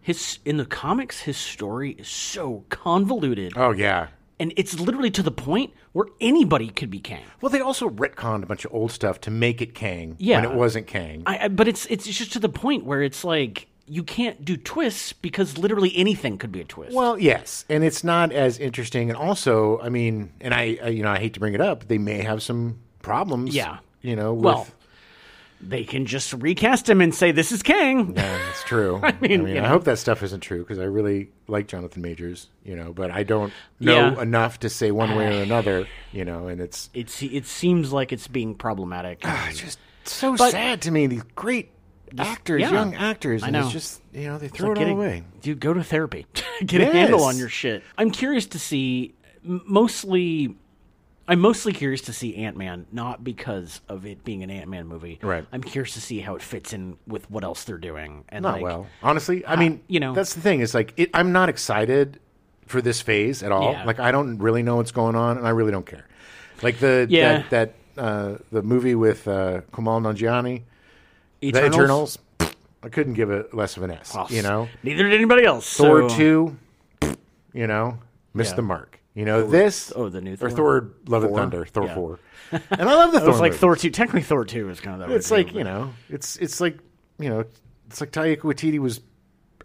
Speaker 2: his in the comics, his story is so convoluted,
Speaker 1: oh yeah.
Speaker 2: and it's literally to the point where anybody could be Kang.
Speaker 1: Well, they also retconned a bunch of old stuff to make it Kang
Speaker 2: Yeah.
Speaker 1: when it wasn't Kang.
Speaker 2: I, I but it's it's just to the point where it's like you can't do twists because literally anything could be a twist.
Speaker 1: Well, yes, and it's not as interesting. And also, I mean, and I, I you know, I hate to bring it up, they may have some problems.
Speaker 2: Yeah.
Speaker 1: you know, with,
Speaker 2: Well, they can just recast him and say this is Kang.
Speaker 1: Yeah, that's uh, true. I mean, I,
Speaker 2: you know.
Speaker 1: hope that stuff isn't true because I really like Jonathan Majors, you know, but I don't know
Speaker 2: Yeah.
Speaker 1: enough to say one way or another, you know, and it's
Speaker 2: It's it seems like it's being problematic.
Speaker 1: Ah, just so
Speaker 2: But-
Speaker 1: sad to me. These great actors,
Speaker 2: yeah.
Speaker 1: young actors, and
Speaker 2: know.
Speaker 1: it's just you know they throw it
Speaker 2: Get
Speaker 1: all
Speaker 2: a-
Speaker 1: away.
Speaker 2: Dude, go to therapy. Get a handle
Speaker 1: Yes.
Speaker 2: on your shit. I'm curious to see m- mostly I'm mostly curious to see Ant-Man not because of it being an Ant-Man movie.
Speaker 1: Right.
Speaker 2: I'm curious to see how it fits in with what else they're doing and
Speaker 1: Not
Speaker 2: like,
Speaker 1: well, honestly. I mean,
Speaker 2: you know.
Speaker 1: that's the thing. Is like it, I'm not excited for this phase at all.
Speaker 2: Yeah.
Speaker 1: Like I don't really know what's going on, and I really don't care. Like the
Speaker 2: Yeah.
Speaker 1: that, that uh, the movie with uh, Kamal Nanjiani,
Speaker 2: Eternals?
Speaker 1: the Eternals. pfft, I couldn't give a less of an S. You know,
Speaker 2: Neither did anybody else.
Speaker 1: Thor
Speaker 2: so-
Speaker 1: two, pfft, you know, missed
Speaker 2: Yeah.
Speaker 1: the mark. You know this.
Speaker 2: oh, the new
Speaker 1: or
Speaker 2: Thor.
Speaker 1: Thor Love and
Speaker 2: Thor?
Speaker 1: Thunder, Thor
Speaker 2: Yeah.
Speaker 1: four, and I love the Thor.
Speaker 2: It's like
Speaker 1: movies.
Speaker 2: Thor two. Technically, Thor two is kind of that. way,
Speaker 1: It's
Speaker 2: too,
Speaker 1: like
Speaker 2: but-
Speaker 1: you know, it's it's like you know, it's like Taika Waititi was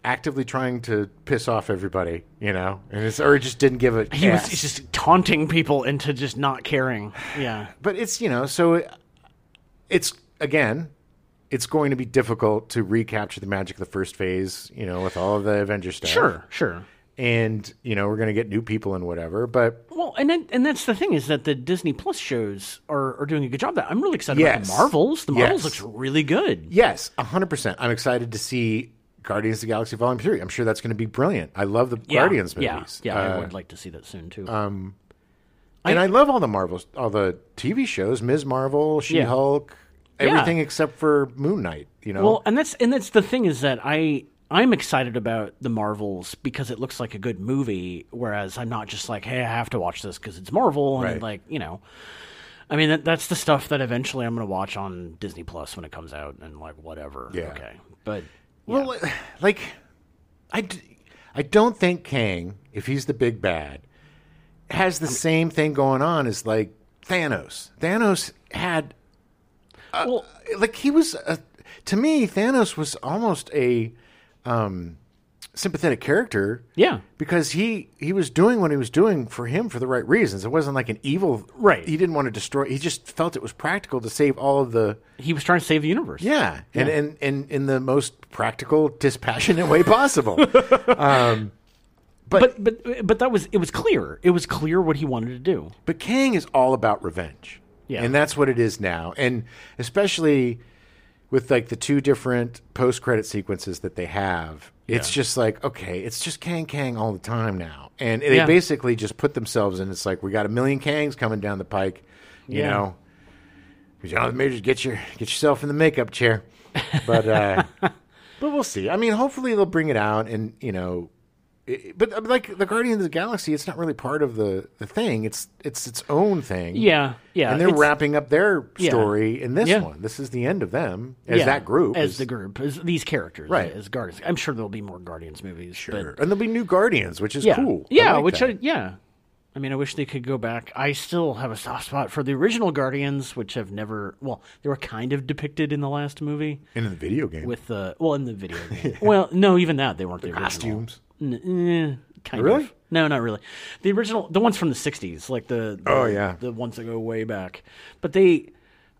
Speaker 1: actively trying to piss off everybody, you know, and it's or just didn't give a.
Speaker 2: he was
Speaker 1: ass.
Speaker 2: he's just taunting people into just not caring. Yeah,
Speaker 1: but it's you know, so it, it's again, it's going to be difficult to recapture the magic of the first phase, you know, with all of the Avengers stuff.
Speaker 2: sure, sure.
Speaker 1: and you know we're gonna get new people and whatever. But
Speaker 2: Well, and then, and that's the thing is that the Disney Plus shows are, are doing a good job. That I'm really excited about
Speaker 1: Yes.
Speaker 2: the Marvels. The Marvels
Speaker 1: Yes.
Speaker 2: looks really good.
Speaker 1: yes, hundred percent. I'm excited to see Guardians of the Galaxy Volume Three. I'm sure that's gonna be brilliant. I love the Guardians
Speaker 2: yeah,
Speaker 1: movies.
Speaker 2: Yeah,
Speaker 1: Uh,
Speaker 2: I would like to see that soon too.
Speaker 1: and I, love all the Marvel, all the TV shows, Ms. Marvel, She Hulk, everything except for Moon Knight. You know,
Speaker 2: Well, and that's and that's the thing is that I I'm excited about the Marvels because it looks like a good movie, whereas I'm not just like, hey, I have to watch this because it's Marvel, and
Speaker 1: Right.
Speaker 2: like you know, I mean that that's the stuff that eventually I'm going to watch on Disney Plus when it comes out, and like whatever.
Speaker 1: Yeah.
Speaker 2: Okay. But
Speaker 1: Well, like, I, d- I don't think Kang, if he's the big bad, has the same thing going on as like Thanos. Thanos had, uh,
Speaker 2: well,
Speaker 1: like, he was a, to me, Thanos was almost a um, sympathetic character.
Speaker 2: yeah.
Speaker 1: Because he he was doing what he was doing for him for the right reasons. It wasn't like an evil.
Speaker 2: Right.
Speaker 1: He didn't want to destroy. He just felt it was practical to save all of the
Speaker 2: He was trying to save the universe.
Speaker 1: yeah, and and and in the most practical, dispassionate way possible.
Speaker 2: But but but that was it was clear. It was clear what he wanted to do.
Speaker 1: but Kang is all about revenge.
Speaker 2: Yeah.
Speaker 1: and that's what it is now, and especially with like the two different post-credit sequences that they have, it's just like okay, it's just Kang Kang all the time now, and they
Speaker 2: Yeah.
Speaker 1: basically just put themselves in. It's like we got a million Kangs coming down the pike, you
Speaker 2: Yeah.
Speaker 1: know. Jonathan Majors, get your get yourself in the makeup chair, but uh, but we'll see. I mean, hopefully they'll bring it out, and you know, it, but uh, like the Guardians of the Galaxy, it's not really part of the the thing. It's it's its own thing.
Speaker 2: Yeah. Yeah.
Speaker 1: and they're
Speaker 2: It's-
Speaker 1: wrapping up their
Speaker 2: Yeah.
Speaker 1: story in this
Speaker 2: Yeah.
Speaker 1: one. This is the end of them as
Speaker 2: yeah,
Speaker 1: that group.
Speaker 2: as
Speaker 1: is-
Speaker 2: the group, as these characters,
Speaker 1: Right.
Speaker 2: As Guardians, I'm sure there'll be more Guardians movies. Sure.
Speaker 1: and there'll be new Guardians, which is
Speaker 2: yeah.
Speaker 1: cool. I
Speaker 2: Yeah,
Speaker 1: like
Speaker 2: which
Speaker 1: that.
Speaker 2: I yeah. I mean, I wish they could go back. I still have a soft spot for the original Guardians, which have never well, they were kind of depicted in the last movie
Speaker 1: and in the video game
Speaker 2: with the well in the video. Game. Well, no, even that they weren't the, original.
Speaker 1: costumes.
Speaker 2: N- eh, kind
Speaker 1: Really?
Speaker 2: of. No, not really. The original, the ones from the '60s, like the, the-
Speaker 1: Oh, yeah.
Speaker 2: the ones that go way back. But they,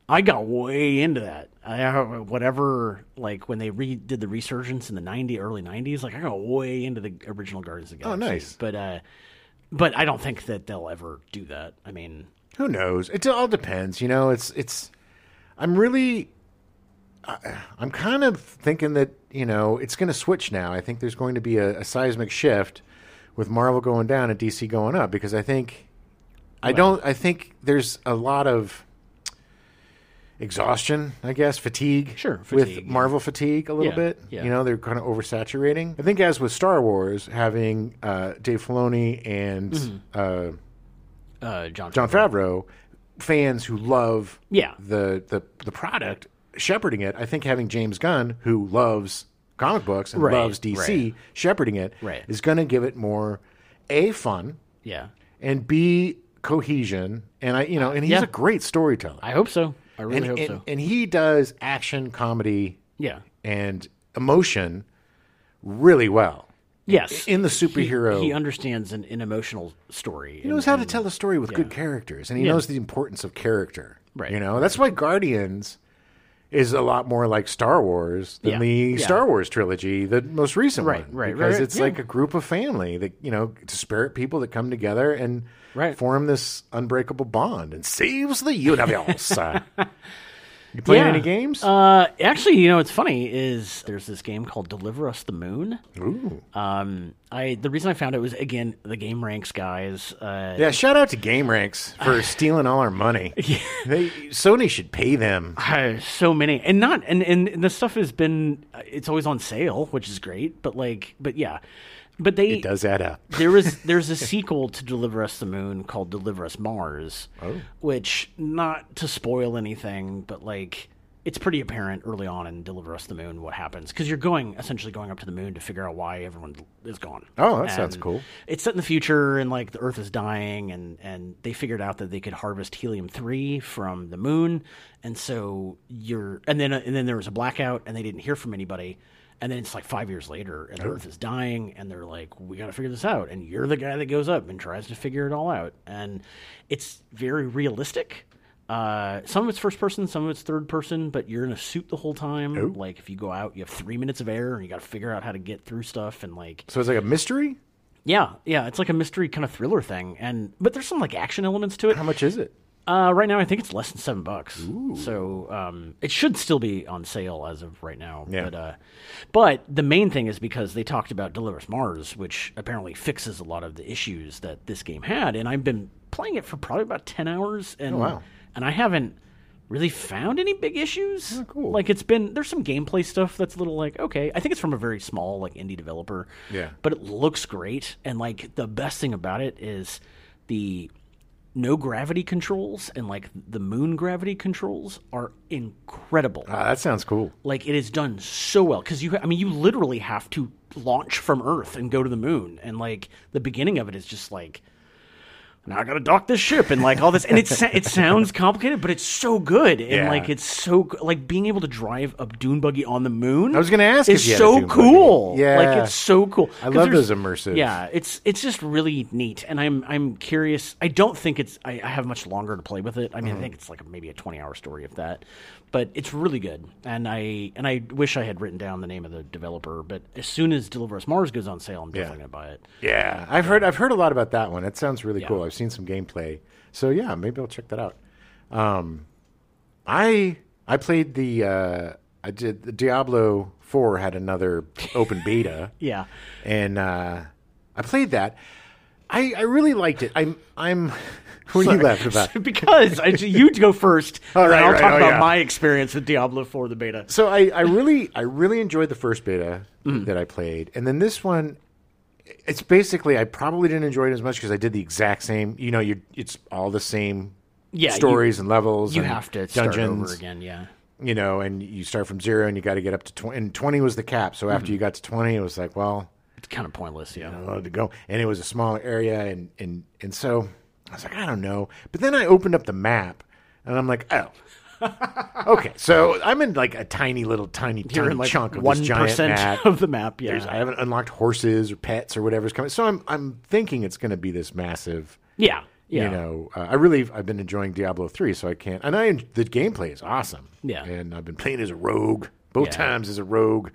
Speaker 2: I got way into that. I I- whatever, like when they redid the resurgence in the '90s, early '90s, like I got way into the original Guardians of the Galaxy.
Speaker 1: Oh, nice.
Speaker 2: But uh, but I don't think that they'll ever do that. I mean,
Speaker 1: Who knows? It all depends. You know, it's it's. I'm really. I- I'm kind of thinking that you know it's going to switch now. I think there's going to be a, a seismic shift with Marvel going down and DC going up because I think I don't. I think there's a lot of exhaustion, I guess, fatigue.
Speaker 2: Sure,
Speaker 1: with
Speaker 2: fatigue, yeah.
Speaker 1: Marvel fatigue a little
Speaker 2: Yeah,
Speaker 1: bit.
Speaker 2: yeah.
Speaker 1: You know, they're kind of oversaturating. I think as with Star Wars, having uh, Dave Filoni and.
Speaker 2: Mm-hmm.
Speaker 1: Uh,
Speaker 2: uh, John.
Speaker 1: John Favreau, fans who love
Speaker 2: Yeah.
Speaker 1: the, the the product shepherding it. I think having James Gunn, who loves comic books and
Speaker 2: Right,
Speaker 1: loves DC, shepherding it is
Speaker 2: Right.
Speaker 1: going to give it more a fun
Speaker 2: Yeah,
Speaker 1: and b cohesion. And I, you know, and he's
Speaker 2: Yeah.
Speaker 1: a great storyteller,
Speaker 2: I hope so. I really
Speaker 1: and
Speaker 2: hope
Speaker 1: and,
Speaker 2: so.
Speaker 1: and he does action, comedy,
Speaker 2: Yeah.
Speaker 1: and emotion really well
Speaker 2: Yes.
Speaker 1: in the superhero.
Speaker 2: he understands an, an emotional story.
Speaker 1: He knows how to tell a story with good characters, and he knows the importance of character.
Speaker 2: Right.
Speaker 1: You know, that's why Guardians is a lot more like Star Wars than
Speaker 2: Yeah.
Speaker 1: the
Speaker 2: Yeah.
Speaker 1: Star Wars trilogy, the most recent
Speaker 2: Right,
Speaker 1: one.
Speaker 2: right, right,
Speaker 1: Because
Speaker 2: right,
Speaker 1: it's
Speaker 2: yeah.
Speaker 1: like a group of family that you know, disparate people that come together and
Speaker 2: Right.
Speaker 1: form this unbreakable bond and saves the universe. you playing
Speaker 2: Yeah.
Speaker 1: any games?
Speaker 2: Uh, actually, you know, what's funny is there's this game called Deliver Us the Moon.
Speaker 1: Ooh.
Speaker 2: Um, I the reason I found it was again the Game Ranks guys. Uh,
Speaker 1: yeah, shout out to Game Ranks for stealing all our money. They, Sony should pay them.
Speaker 2: I- so many, and not and and, and the stuff has been uh, it's always on sale, which is great. But like, but yeah, but they
Speaker 1: Does add up.
Speaker 2: there was there's a sequel to Deliver Us the Moon called Deliver Us Mars,
Speaker 1: Oh.
Speaker 2: which not to spoil anything, but like it's pretty apparent early on in Deliver Us the Moon what happens because you're going essentially going up to the moon to figure out why everyone is gone.
Speaker 1: Oh, that sounds
Speaker 2: And
Speaker 1: cool.
Speaker 2: It's set in the future and like the Earth is dying and and they figured out that they could harvest helium three from the moon, and so you're and then and then there was a blackout and they didn't hear from anybody. And then it's like five years later, and the Earth is dying, and they're like, "We got to figure this out." And you're the guy that goes up and tries to figure it all out, and it's very realistic. Uh, some of it's first person, some of it's third person, but you're in a suit the whole time. Like if you go out, you have three minutes of air, and you got to figure out how to get through stuff. And like
Speaker 1: So it's like a mystery?
Speaker 2: Yeah, yeah, it's like a mystery kind of thriller thing, and but there's some like action elements to it.
Speaker 1: How much is it?
Speaker 2: Uh, right now, I think it's less than seven bucks. So um, it should still be on sale as of right now.
Speaker 1: Yeah.
Speaker 2: But, uh, but the main thing is because they talked about Delivers Mars, which apparently fixes a lot of the issues that this game had. And I've been playing it for probably about 10 hours. And,
Speaker 1: Oh, wow.
Speaker 2: And I haven't really found any big issues.
Speaker 1: Oh, cool.
Speaker 2: Like it's been, there's some gameplay stuff that's a little like, okay, I think it's from a very small, like indie developer.
Speaker 1: Yeah.
Speaker 2: But it looks great. And like the best thing about it is the no gravity controls and like the moon gravity controls are incredible.
Speaker 1: Ah, that sounds cool.
Speaker 2: Like it is done so well because you, ha- I mean, you literally have to launch from Earth and go to the moon, and like the beginning of it is just like. Now I gotta dock this ship and like all this, and it sa- it sounds complicated, but it's so good and
Speaker 1: Yeah.
Speaker 2: like it's so go- like being able to drive a dune buggy on the moon.
Speaker 1: I was gonna ask
Speaker 2: is
Speaker 1: if you had a
Speaker 2: so
Speaker 1: dune buggy.
Speaker 2: cool. like
Speaker 1: Yeah.
Speaker 2: it's so cool.
Speaker 1: I
Speaker 2: 'Cause
Speaker 1: love
Speaker 2: there's-
Speaker 1: those immersive.
Speaker 2: Yeah, it's it's just really neat, and I'm I'm curious. I don't think it's I, I have much longer to play with it. I
Speaker 1: Mm-hmm.
Speaker 2: mean, I think it's like maybe a 20 hour story if that, but it's really good. And I and I wish I had written down the name of the developer, but as soon as Deliver Us Mars goes on sale, I'm definitely gonna buy it.
Speaker 1: Yeah, Uh, I've heard I've heard a lot about that one. It sounds really cool. I've seen some gameplay, so yeah, maybe I'll check that out. Um, I I played the uh, I did the Diablo Four had another open beta.
Speaker 2: Yeah,
Speaker 1: and uh, I played that. I, I really liked it. I'm I'm. What are you laughing about?
Speaker 2: because I, you go first. and
Speaker 1: right,
Speaker 2: I'll
Speaker 1: right,
Speaker 2: talk
Speaker 1: oh,
Speaker 2: about
Speaker 1: yeah.
Speaker 2: my experience with Diablo 4 the beta.
Speaker 1: So I, I really I really enjoyed the first beta
Speaker 2: Mm-hmm.
Speaker 1: that I played, and then this one, it's basically I probably didn't enjoy it as much because I did the exact same. You know, you it's all the same
Speaker 2: Yeah, you-
Speaker 1: stories and levels.
Speaker 2: You
Speaker 1: and
Speaker 2: have to start over again. Yeah.
Speaker 1: You know, and you start from zero, and you got to get up to twenty. And twenty was the cap. So
Speaker 2: Mm-hmm.
Speaker 1: after you got to twenty, it was like, well,
Speaker 2: It's kind of pointless, yeah.
Speaker 1: I allowed to go. And it was a smaller area, and and and so I was like, I don't know. But then I opened up the map, and I'm like, oh. okay, so I'm in like a tiny little tiny
Speaker 2: You're
Speaker 1: tiny
Speaker 2: in like
Speaker 1: chunk of
Speaker 2: one
Speaker 1: this giant
Speaker 2: percent
Speaker 1: map.
Speaker 2: of the map. Yeah,
Speaker 1: There's- I haven't unlocked horses or pets or whatever's coming, so I'm I'm thinking it's going to be this massive.
Speaker 2: yeah, yeah.
Speaker 1: You know, uh, I really I've been enjoying Diablo three, so I can't. And I the gameplay is awesome.
Speaker 2: Yeah.
Speaker 1: and I've been playing as a rogue both
Speaker 2: Yeah.
Speaker 1: times as a rogue,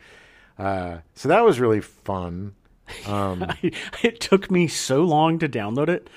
Speaker 1: uh, so that was really fun. Um,
Speaker 2: it took me so long to download it,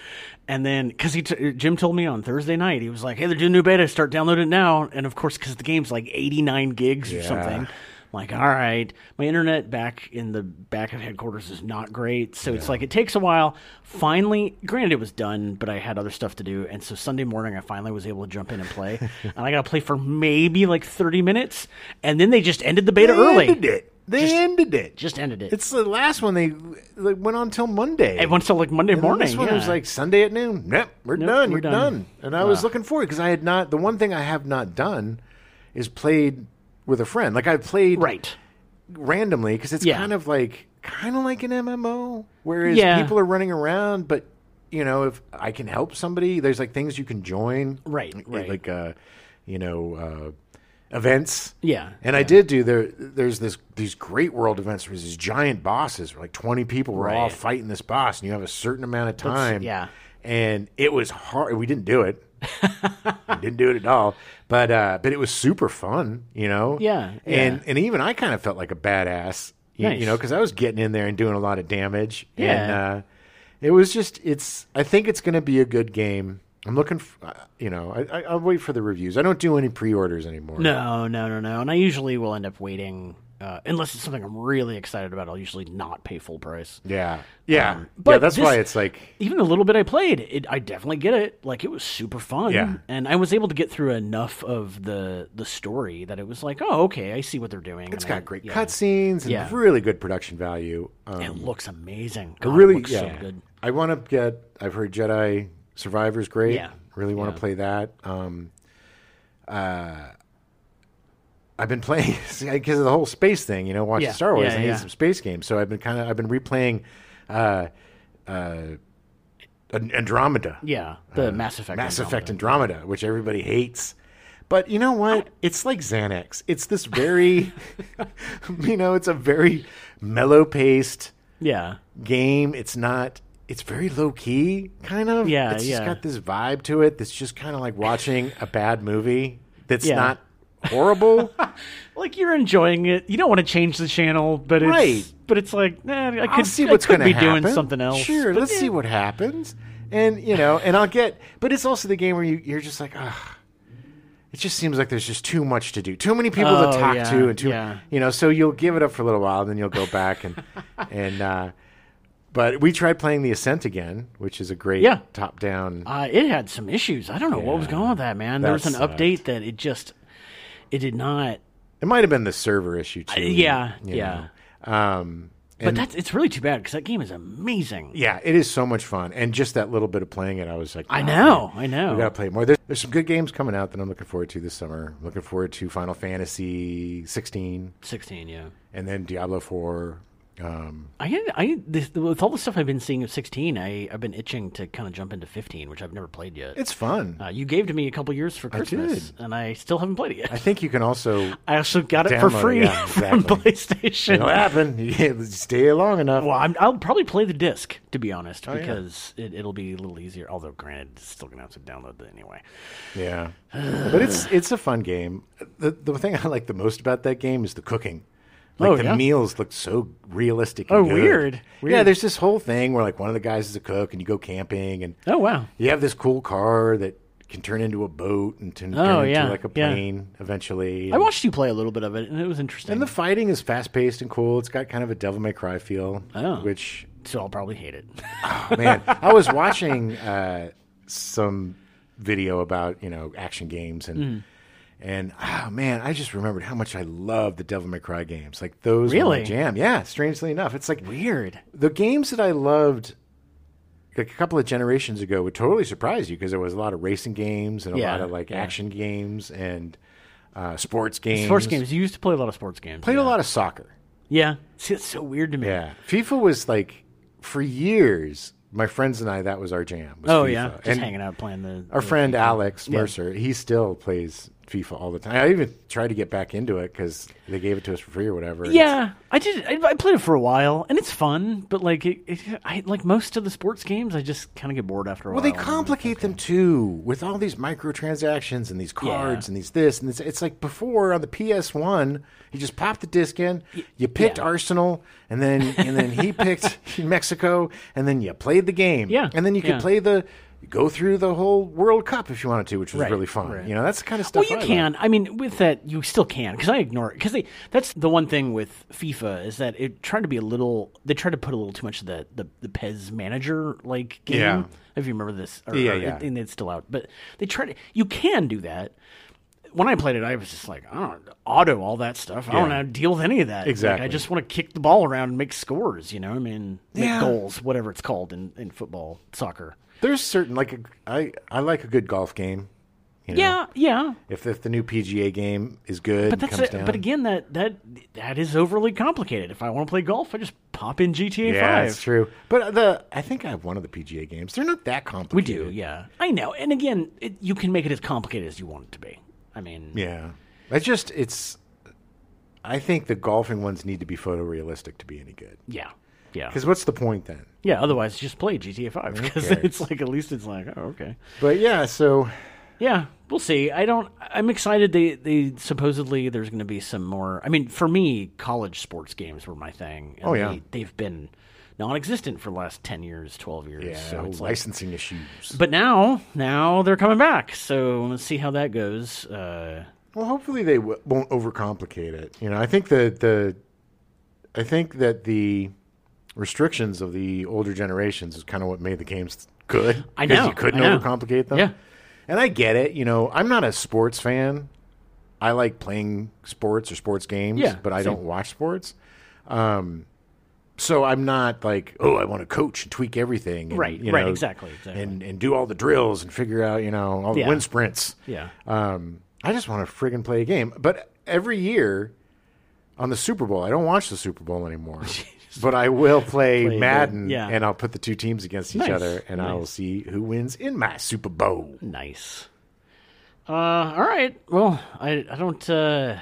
Speaker 2: and then because he t- Jim told me on Thursday night he was like, "Hey, they're doing new beta. Start downloading it now." And of course, because the game's like eighty nine gigs or
Speaker 1: Yeah.
Speaker 2: something. I'm Like, all right, my internet back in the back of headquarters is not great, so it's like it takes a while. Finally, granted, it was done, but I had other stuff to do, and so Sunday morning I finally was able to jump in and play, and I got to play for maybe like thirty minutes, and then they just ended the beta
Speaker 1: They
Speaker 2: early.
Speaker 1: ended it. They ended it.
Speaker 2: Just ended it.
Speaker 1: It's the last one they like, went on till Monday.
Speaker 2: it went till like Monday
Speaker 1: And then
Speaker 2: morning.
Speaker 1: This one
Speaker 2: yeah.
Speaker 1: was like Sunday at noon. Yep, we're
Speaker 2: Nope,
Speaker 1: done.
Speaker 2: we're
Speaker 1: You're
Speaker 2: done. Ah.
Speaker 1: done. And I was looking forward because I had not. The one thing I have not done is played with a friend. Like I played
Speaker 2: right.
Speaker 1: randomly because it's
Speaker 2: Yeah.
Speaker 1: kind of like kind of like an MMO, whereas
Speaker 2: Yeah.
Speaker 1: people are running around. But you know, if I can help somebody, there's like things you can join.
Speaker 2: Right,
Speaker 1: Like,
Speaker 2: right.
Speaker 1: Like uh, you know, uh, events.
Speaker 2: Yeah.
Speaker 1: And I did do there. There's this these great world events where these giant bosses, where like 20 people were all
Speaker 2: Right.
Speaker 1: fighting this boss, and you have a certain amount of time.
Speaker 2: yeah.
Speaker 1: And it was hard. We didn't do it. we didn't do it at all. But uh, but it was super fun. You know.
Speaker 2: Yeah,
Speaker 1: And and even I kind of felt like a badass. You,
Speaker 2: Nice.
Speaker 1: you know, because I was getting in there and doing a lot of damage.
Speaker 2: Yeah.
Speaker 1: And, uh, it was just it's. I think it's going to be a good game. I'm looking. For, you know, I, I, I'll wait for the reviews. I don't do any pre-orders anymore.
Speaker 2: No, no, no, no. And I usually will end up waiting uh, unless it's something I'm really excited about. I'll usually not pay full price.
Speaker 1: Yeah. Um, Yeah. yeah,
Speaker 2: but
Speaker 1: that's
Speaker 2: this-
Speaker 1: why it's like
Speaker 2: Even the little bit I played, it, I definitely get it. Like it was super fun,
Speaker 1: Yeah. and
Speaker 2: and I was able to get through enough of the the story that it was like, oh, okay, I see what they're doing.
Speaker 1: it's
Speaker 2: It's
Speaker 1: got great cutscenes and
Speaker 2: Yeah.
Speaker 1: really good production value. Um,
Speaker 2: It looks amazing. God, it
Speaker 1: really,
Speaker 2: looks
Speaker 1: yeah.
Speaker 2: so good.
Speaker 1: I want to get. I've heard Jedi Survivor's great.
Speaker 2: Yeah.
Speaker 1: Really want to play that. Um, uh, I've been playing because of the whole space thing. You know, watching
Speaker 2: Yeah.
Speaker 1: Star Wars.
Speaker 2: Yeah,
Speaker 1: I need
Speaker 2: yeah.
Speaker 1: some space games, so I've been kind of. I've been replaying. Uh, uh, An- Andromeda.
Speaker 2: Yeah, the Mass Effect.
Speaker 1: Uh, Mass
Speaker 2: Andromeda.
Speaker 1: Effect Andromeda, which everybody hates. But you know what? It's like Xanax. It's this very, you know, it's a very mellow paced
Speaker 2: Yeah,
Speaker 1: game. It's not. It's very low key, kind of.
Speaker 2: Yeah,
Speaker 1: it's just
Speaker 2: yeah.
Speaker 1: got this vibe to it that's just kind of like watching a bad movie that's
Speaker 2: Yeah.
Speaker 1: not horrible.
Speaker 2: Like you're enjoying it. You don't want to change the channel, but it's
Speaker 1: Right.
Speaker 2: but it's like, nah, I could
Speaker 1: I'll see
Speaker 2: I
Speaker 1: what's
Speaker 2: could
Speaker 1: going to
Speaker 2: be
Speaker 1: happen.
Speaker 2: doing something else.
Speaker 1: Sure,
Speaker 2: but
Speaker 1: let's
Speaker 2: yeah.
Speaker 1: see what happens. And you know, and I'll get. But it's also the game where you, you're just like, ah. It just seems like there's just too much to do, too many people
Speaker 2: Oh,
Speaker 1: to talk
Speaker 2: yeah,
Speaker 1: to, and too
Speaker 2: yeah.
Speaker 1: you know. So you'll give it up for a little while, and then you'll go back and and. uh But we tried playing the Ascent again, which is a great
Speaker 2: Yeah.
Speaker 1: top-down.
Speaker 2: Uh, it had some issues. I don't know what was
Speaker 1: Yeah.
Speaker 2: going on with that, man.
Speaker 1: That
Speaker 2: there was an
Speaker 1: sucked.
Speaker 2: update that it just it did not.
Speaker 1: It might have been the server issue too.
Speaker 2: yeah,
Speaker 1: you
Speaker 2: yeah.
Speaker 1: know. Um,
Speaker 2: But
Speaker 1: and-
Speaker 2: that's it's really too bad because that game is amazing.
Speaker 1: yeah, it is so much fun, and just that little bit of playing it, I was like,
Speaker 2: I
Speaker 1: "Wow,
Speaker 2: know, I
Speaker 1: We gotta
Speaker 2: know.
Speaker 1: play more. There's, there's some good games coming out that I'm looking forward to this summer. I'm looking forward to Final Fantasy 16,
Speaker 2: Sixteen, yeah.
Speaker 1: and then Diablo 4. Um,
Speaker 2: I I this, with all the stuff I've been seeing of sixteen, I I've been itching to kind of jump into fifteen, which I've never played yet.
Speaker 1: it's fun.
Speaker 2: Uh, you gave to me a couple years for Christmas, and I still haven't played it yet.
Speaker 1: I think you can also.
Speaker 2: I also got it for
Speaker 1: Download it,
Speaker 2: free
Speaker 1: yeah,
Speaker 2: from
Speaker 1: exactly. ah.
Speaker 2: PlayStation.
Speaker 1: It'll happen. You stay long enough.
Speaker 2: Well, I'm, I'll probably play the disc to be
Speaker 1: Oh,
Speaker 2: honest, because it, it'll be a little easier. Although, granted, it's still gonna have to download it anyway.
Speaker 1: Yeah, but it's it's a fun game. The the thing I like the most about that game is the cooking. Like
Speaker 2: Oh,
Speaker 1: the
Speaker 2: yeah?
Speaker 1: meals look so realistic. and
Speaker 2: Oh,
Speaker 1: good.
Speaker 2: weird.
Speaker 1: Yeah,
Speaker 2: Weird.
Speaker 1: there's this whole thing where like one of the guys is a cook, and you go camping, and
Speaker 2: Oh wow,
Speaker 1: you have this cool car that can turn into a boat and turn,
Speaker 2: Oh,
Speaker 1: turn
Speaker 2: yeah,
Speaker 1: into like a
Speaker 2: yeah.
Speaker 1: plane eventually.
Speaker 2: I watched you play a little bit of it, and it was interesting.
Speaker 1: and the fighting is fast paced and cool. It's got kind of a Devil May Cry feel,
Speaker 2: Oh.
Speaker 1: which
Speaker 2: so I'll probably hate it.
Speaker 1: man, I was watching uh, some video about you know action games and
Speaker 2: Hmm.
Speaker 1: and oh man, I just remembered how much I love the Devil May Cry games. Like those were my
Speaker 2: Really?
Speaker 1: jam. Yeah, strangely enough, it's like
Speaker 2: Weird.
Speaker 1: the games that I loved like a couple of generations ago would totally surprise you because there was a lot of racing games and a
Speaker 2: Yeah,
Speaker 1: lot of like
Speaker 2: yeah.
Speaker 1: action games and uh, sports games.
Speaker 2: Sports games. You used to play a lot of sports games.
Speaker 1: Played
Speaker 2: yeah.
Speaker 1: a lot of soccer.
Speaker 2: Yeah. See, it's so weird to me.
Speaker 1: Yeah, FIFA was like for years. My friends and I, that was our jam. was
Speaker 2: Oh
Speaker 1: FIFA.
Speaker 2: yeah, just
Speaker 1: and
Speaker 2: hanging out playing the.
Speaker 1: our friend Alex Mercer, he still plays FIFA all the time. I even tried to get back into it because they gave it to us for free or whatever.
Speaker 2: Yeah, I did. I, I played it for a while, and it's fun. But like, it, it, I like most of the sports games. I just kind of get bored after a
Speaker 1: Well,
Speaker 2: while.
Speaker 1: they complicate them too with all these microtransactions and these cards
Speaker 2: Yeah.
Speaker 1: and these this and this. It's like before on the PS1, you just popped the disc in, you picked
Speaker 2: yeah.
Speaker 1: Arsenal, and then and then he picked Mexico, and then you played the game.
Speaker 2: Yeah,
Speaker 1: and then you could
Speaker 2: yeah.
Speaker 1: play the go through the whole World Cup if you wanted to, which was
Speaker 2: Right,
Speaker 1: really fun.
Speaker 2: right.
Speaker 1: You know, that's the kind of stuff.
Speaker 2: Well, you
Speaker 1: I love.
Speaker 2: can. I mean, with that, you still can because I ignore it because they. That's the one thing with FIFA is that it tried to be a little. They tried to put a little too much of the the, the Pez manager like game.
Speaker 1: Yeah.
Speaker 2: If you remember this, or,
Speaker 1: Yeah,
Speaker 2: or
Speaker 1: yeah.
Speaker 2: It, and it's still out, but they tried to. You can do that. When I played it, I was just like, I don't auto all that stuff. I don't
Speaker 1: Yeah.
Speaker 2: want to deal with any of that. Like, I
Speaker 1: Exactly.
Speaker 2: just want to kick the ball around and make scores. You know, I mean, make
Speaker 1: Yeah.
Speaker 2: goals, whatever it's called in in football, soccer.
Speaker 1: There's certain like I I like a good golf game. You know?
Speaker 2: Yeah, yeah.
Speaker 1: If, if the new PGA game is good,
Speaker 2: But that's
Speaker 1: comes
Speaker 2: it.
Speaker 1: down.
Speaker 2: But again, that that that is overly complicated. If I want to play golf, I just pop in GTA
Speaker 1: yeah,
Speaker 2: Five.
Speaker 1: that's true. But the I think I have one of the PGA games. They're not that complicated.
Speaker 2: We do, yeah. I know. And again, it, you can make it as complicated as you want it to be. I mean,
Speaker 1: Yeah. I just it's I think the golfing ones need to be photorealistic to be any good.
Speaker 2: yeah, yeah,
Speaker 1: Because what's the point then?
Speaker 2: yeah. Otherwise, just play GTA Five because
Speaker 1: cares?
Speaker 2: it's like at least it's like oh, okay.
Speaker 1: But yeah, so
Speaker 2: Yeah, we'll see. I don't. I'm excited. They they supposedly there's going to be some more. I mean, for me, college sports games were my thing. and
Speaker 1: Oh, yeah.
Speaker 2: they, they've been non-existent for the last ten years, twelve years.
Speaker 1: yeah,
Speaker 2: so it's like
Speaker 1: licensing issues.
Speaker 2: But now, now they're coming back. So let's see how that goes. Uh,
Speaker 1: Well, hopefully they w- won't overcomplicate it. You know, I think the the I think that the restrictions of the older generations is kind of what made the games good.
Speaker 2: I
Speaker 1: 'Cause
Speaker 2: know,
Speaker 1: you couldn't
Speaker 2: I know.
Speaker 1: overcomplicate them.
Speaker 2: Yeah.
Speaker 1: and I get it. You know, I'm not a sports fan. I like playing sports or sports games,
Speaker 2: Yeah,
Speaker 1: but I
Speaker 2: same.
Speaker 1: don't watch sports. Um, so I'm not like, oh, I want to coach and tweak everything, and,
Speaker 2: Right,
Speaker 1: you
Speaker 2: right,
Speaker 1: know,
Speaker 2: exactly, exactly.
Speaker 1: and and do all the drills and figure out, you know, all the
Speaker 2: Yeah.
Speaker 1: wind sprints.
Speaker 2: yeah.
Speaker 1: Um, I just want to friggin' play a game. But every year on the Super Bowl, I don't watch the Super Bowl anymore. but I will play,
Speaker 2: the-
Speaker 1: Madden,
Speaker 2: yeah.
Speaker 1: and I'll put the two teams against each
Speaker 2: Nice,
Speaker 1: other, and I will see who wins in my Super Bowl.
Speaker 2: Nice. Uh, all right. Well, I I don't. Uh,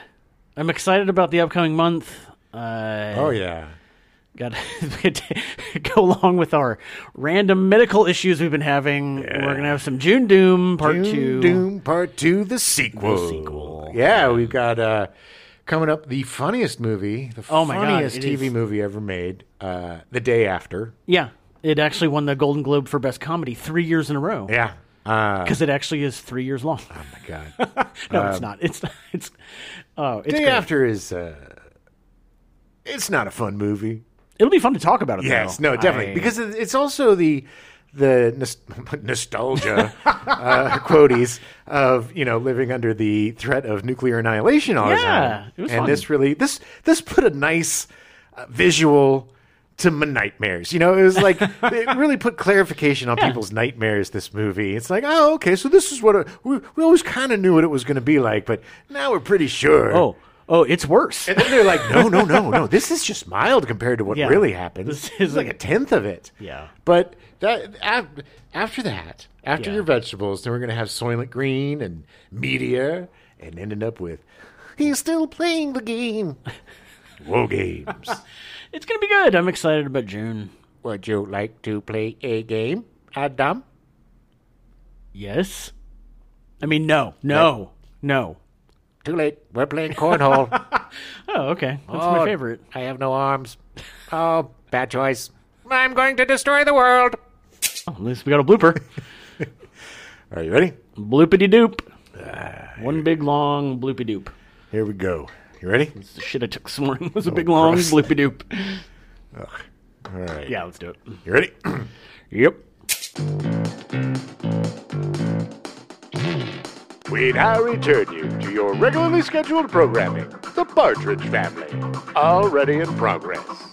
Speaker 2: I'm excited about the upcoming month. Uh,
Speaker 1: Oh yeah,
Speaker 2: Got to go along with our random medical issues we've been having. We're gonna have some June Doom Part
Speaker 1: Doom,
Speaker 2: Two.
Speaker 1: Doom Part Two, the sequel.
Speaker 2: sequel.
Speaker 1: Yeah, we've got uh, coming up the funniest movie, the
Speaker 2: Oh my God,
Speaker 1: funniest
Speaker 2: it
Speaker 1: TV
Speaker 2: is.
Speaker 1: movie ever made, uh, The Day After.
Speaker 2: Yeah, it actually won the Golden Globe for Best Comedy three years in a row
Speaker 1: Yeah. Uh,
Speaker 2: because it actually is three years long.
Speaker 1: oh my God.
Speaker 2: no,
Speaker 1: Um,
Speaker 2: it's not. It's not. It's oh, it's
Speaker 1: Day
Speaker 2: great.
Speaker 1: After is uh, it's not a fun movie.
Speaker 2: It'll be fun to talk about it.
Speaker 1: Yes,
Speaker 2: though.
Speaker 1: no, definitely
Speaker 2: I-
Speaker 1: because it- it's also the the nos- nostalgia uh, quotes of you know living under the threat of nuclear annihilation all the
Speaker 2: Yeah,
Speaker 1: time.
Speaker 2: it was
Speaker 1: and
Speaker 2: fun.
Speaker 1: this really this this put a nice uh, visual to my nightmares. You know, it was like it really put clarification on people's nightmares. This movie, it's like oh okay, so this is what a, we we always kind of knew what it was going to be like, but now we're pretty sure.
Speaker 2: oh oh, it's worse.
Speaker 1: And then they're like, no, no, no, no. This is just mild compared to what
Speaker 2: Yeah.
Speaker 1: really happened.
Speaker 2: This
Speaker 1: This
Speaker 2: is
Speaker 1: is like a tenth of it.
Speaker 2: Yeah.
Speaker 1: But that af- after that, after
Speaker 2: Yeah.
Speaker 1: your vegetables, then we're gonna have Soylent Green and Meteor, and ended up with he's still playing the game. Whoa, games.
Speaker 2: It's gonna be good. I'm excited about June.
Speaker 1: Would you like to play a game, Adam?
Speaker 2: Yes. I mean, no, no, no.
Speaker 1: Too late. We're playing cornhole.
Speaker 2: Oh, okay. That's
Speaker 1: Oh,
Speaker 2: my favorite.
Speaker 1: I have no arms. Oh, bad choice. I'm going to destroy the world.
Speaker 2: Oh, at least we got a blooper.
Speaker 1: Are you ready?
Speaker 2: Bloopity doop. One big long bloopy doop.
Speaker 1: Here we go. You ready?
Speaker 2: The shit I took this morning was a
Speaker 1: Oh,
Speaker 2: big long bloopy doop.
Speaker 1: All right.
Speaker 2: Yeah, let's do it.
Speaker 1: You ready?
Speaker 2: Yep.
Speaker 1: we now return you to your regularly scheduled programming, The Partridge Family, already in progress.